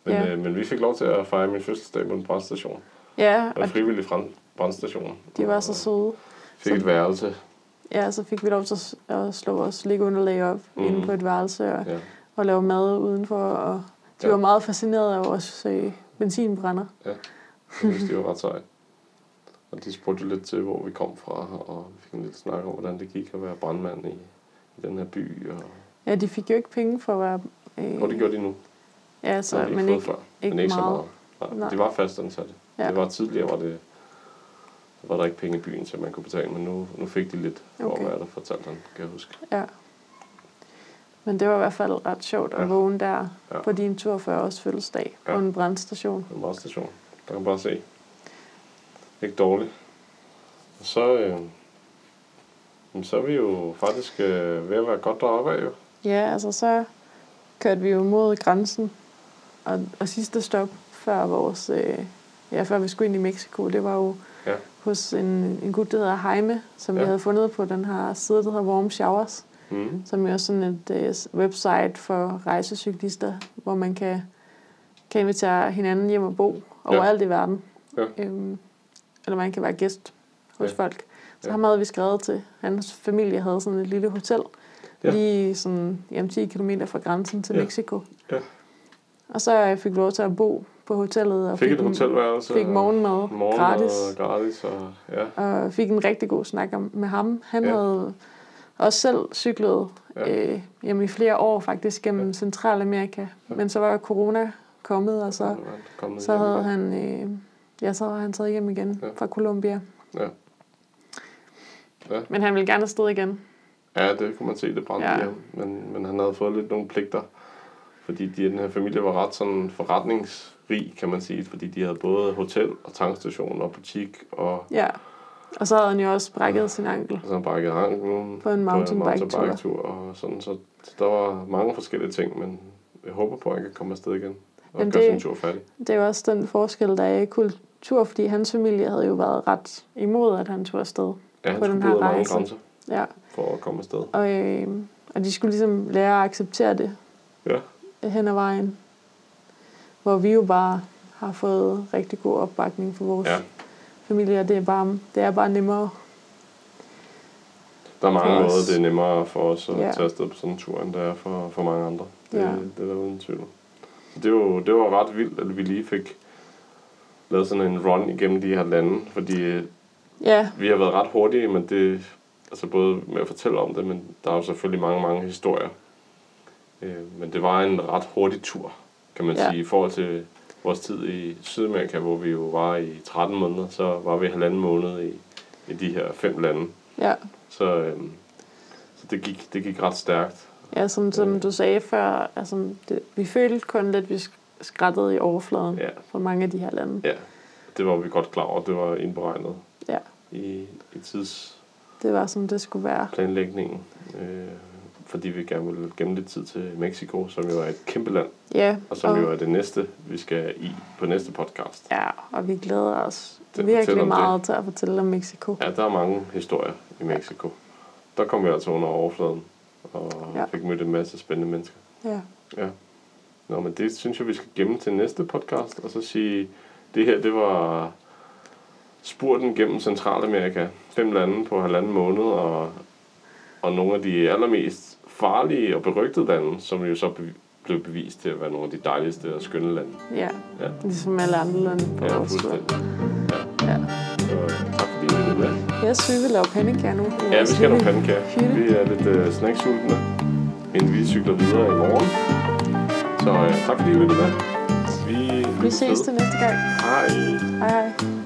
Speaker 1: Men,
Speaker 2: Ja.
Speaker 1: øh, men vi fik lov til at fejre min fødselsdag på en brandstation.
Speaker 2: ja,
Speaker 1: En
Speaker 2: og
Speaker 1: frivillig fran- brandstation.
Speaker 2: de var så
Speaker 1: Og
Speaker 2: søde.
Speaker 1: Fik et værelse.
Speaker 2: Ja, så fik vi lov til at s- at slå vores liggeunderlag op
Speaker 1: Mhm.
Speaker 2: mm. inde på et værelse og,
Speaker 1: Ja.
Speaker 2: og lave mad udenfor. Og de
Speaker 1: Ja.
Speaker 2: ja. var meget fascineret af vores øh, benzinbrænder.
Speaker 1: Jeg synes, de var ret seje. Og de spurgte lidt til, hvor vi kom fra, og vi fik en lille snak om, hvordan det gik at være brandmand i, i den her by. Og,
Speaker 2: Ja, de fik jo ikke penge for at være... Øh,
Speaker 1: og det gjorde de nu.
Speaker 2: ja,
Speaker 1: Det har
Speaker 2: så,
Speaker 1: de
Speaker 2: men
Speaker 1: fået
Speaker 2: ikke,
Speaker 1: før.
Speaker 2: ikke
Speaker 1: men ikke
Speaker 2: meget.
Speaker 1: så meget. Nej,
Speaker 2: Nej.
Speaker 1: de var fastansatte. Ja.
Speaker 2: Ja.
Speaker 1: Det var tidligere, var det var der ikke penge i byen, så man kunne betale, men nu, nu fik de lidt for okay.
Speaker 2: Okay.
Speaker 1: at være der, fortalte han, kan jeg huske.
Speaker 2: Ja. Men det var i hvert fald ret sjovt at
Speaker 1: Ja.
Speaker 2: ja. vågne der
Speaker 1: Ja.
Speaker 2: ja. på din 42 års fødselsdag
Speaker 1: Ja.
Speaker 2: ja. på en brandstation.
Speaker 1: Det var meget station. Der kan man bare se. Ikke dårligt. Og så, øh, jamen, så er vi jo faktisk øh, ved at være godt deroppe af, jo.
Speaker 2: Ja, altså så kørte vi jo mod grænsen. Og, og sidste stop før vores... Øh, ja, før vi skulle ind i Mexico, det var jo
Speaker 1: Ja.
Speaker 2: hos en, en gut, der hedder Heime, som ja.
Speaker 1: Ja.
Speaker 2: vi havde fundet på den her side, der hedder Warm Showers,
Speaker 1: Mm.
Speaker 2: som jo er sådan et øh, s- website for rejsecyklister, hvor man kan, kan invitere hinanden hjem og bo overalt i verden.
Speaker 1: Ja.
Speaker 2: Øhm, eller man kan være gæst hos
Speaker 1: Ja.
Speaker 2: ja. folk. Så
Speaker 1: Ja.
Speaker 2: ja. ham havde vi skrevet til. Hans familie havde sådan et lille hotel,
Speaker 1: Ja.
Speaker 2: ja. lige sådan, jamen, 10 km fra grænsen til
Speaker 1: Ja.
Speaker 2: ja. Mexico.
Speaker 1: Ja.
Speaker 2: Og så øh, fik vi lov til at bo på hotellet. Og
Speaker 1: Fik et
Speaker 2: en-
Speaker 1: hotelværelse.
Speaker 2: Fik
Speaker 1: og
Speaker 2: morgenmad
Speaker 1: morgenmad
Speaker 2: gratis.
Speaker 1: gratis og, ja.
Speaker 2: Og fik en rigtig god snak om, med ham. Han
Speaker 1: Ja.
Speaker 2: ja. havde også selv cyklet
Speaker 1: Ja.
Speaker 2: ja. øh, jamen, i flere år faktisk gennem
Speaker 1: Ja.
Speaker 2: ja. Centralamerika.
Speaker 1: Ja.
Speaker 2: Ja. Men så var corona kommet, og så...
Speaker 1: og han kom ned
Speaker 2: Så
Speaker 1: hjem
Speaker 2: havde
Speaker 1: igen.
Speaker 2: han, øh, ja, så var han taget hjem igen
Speaker 1: Ja.
Speaker 2: ja. fra Colombia.
Speaker 1: Ja. Ja.
Speaker 2: Men han ville gerne afsted igen.
Speaker 1: Ja, det kunne man se, det brændte
Speaker 2: Ja.
Speaker 1: ja. men, men han havde fået lidt nogle pligter, fordi de, den her familie var ret sådan forretningsrig, kan man sige, fordi de havde både hotel og tankstation og butik, og altså
Speaker 2: Ja. Og så havde han jo også brækket ja. sin ankel.
Speaker 1: så han brækkede anklen
Speaker 2: På en mountainbike-tur.
Speaker 1: og sådan, så der var mange forskellige ting, men jeg håber på, at han kan komme afsted igen og
Speaker 2: Men
Speaker 1: gøre
Speaker 2: det-
Speaker 1: sin tur færdig.
Speaker 2: Det er jo også den forskel, der er i kultur, fordi hans familie havde jo været ret imod, at han tog afsted.
Speaker 1: Ja, han
Speaker 2: på den
Speaker 1: skulle
Speaker 2: her
Speaker 1: bryde mange
Speaker 2: rejse.
Speaker 1: grænser
Speaker 2: Ja.
Speaker 1: for at komme afsted.
Speaker 2: Og, øh, og de skulle ligesom lære at acceptere det
Speaker 1: Ja,
Speaker 2: hen ad vejen. Hvor vi jo bare har fået rigtig god opbakning for vores
Speaker 1: Ja.
Speaker 2: ja. familie, og det er, bare, det er bare nemmere.
Speaker 1: Der er mange
Speaker 2: For os.
Speaker 1: måder, det er nemmere for os at
Speaker 2: Ja.
Speaker 1: tage afsted på sådan en tur, end det er for, for mange andre. Det,
Speaker 2: Ja.
Speaker 1: det er der uden tvivl. Det var, det var ret vildt, at vi lige fik lavet sådan en run igennem de her lande, fordi øh,
Speaker 2: Ja,
Speaker 1: vi har været ret hurtige, men det, altså både med at fortælle om det, men der er jo selvfølgelig mange, mange historier. Øh, men det var en ret hurtig tur, kan man
Speaker 2: Ja.
Speaker 1: ja. sige, i forhold til vores tid i Sydamerika, hvor vi jo var i 13 måneder, så var vi halvanden måned i, i de her fem lande.
Speaker 2: ja.
Speaker 1: Så, øhm, så det, gik, det gik ret stærkt.
Speaker 2: ja som, som
Speaker 1: Øh.
Speaker 2: du sagde før, altså, det, vi følte kun lidt, at vi sk- skrattede i overfladen
Speaker 1: Ja.
Speaker 2: for mange af de her lande.
Speaker 1: Ja, det var vi godt klar over. Det var indberegnet
Speaker 2: Ja.
Speaker 1: i, i tidsplanlægningen.
Speaker 2: Det var, som det skulle være.
Speaker 1: Øh, fordi vi gerne ville gemme lidt tid til Mexico, som jo er et kæmpe land,
Speaker 2: Ja,
Speaker 1: og som jo er det næste, vi skal i på næste podcast.
Speaker 2: ja, og vi glæder os
Speaker 1: Til at fortælle
Speaker 2: virkelig
Speaker 1: om det.
Speaker 2: meget til at fortælle om Mexico.
Speaker 1: Ja, der er mange historier i Mexico. Der kom vi altså under overfladen, og
Speaker 2: Ja.
Speaker 1: ja. fik mødt en masse spændende mennesker.
Speaker 2: Ja.
Speaker 1: Ja. Nå, men det synes jeg, vi skal gemme til næste podcast, og så sige, det her, det var spurten gennem Centralamerika. Fem lande på halvanden måned, og, og nogle af de allermest farlige og berygtede lande, som jo så be- blev bevist til at være nogle af de dejligste og skønne lande.
Speaker 2: ja,
Speaker 1: Ja,
Speaker 2: ligesom alle andre lande på
Speaker 1: ja
Speaker 2: vores tur.
Speaker 1: fuldstændig.
Speaker 2: Ja.
Speaker 1: Så øh, tak fordi I lyttede med.
Speaker 2: Jeg synes, vi laver pandekager nu.
Speaker 1: Ja, vi skal have nogle pandekager.
Speaker 2: Hygge.
Speaker 1: Vi er lidt øh, snacksultne, inden vi cykler videre i morgen. Så øh, tak fordi I lyttede med. Vi,
Speaker 2: Vi ses til næste gang.
Speaker 1: Hej.
Speaker 2: Hej hej.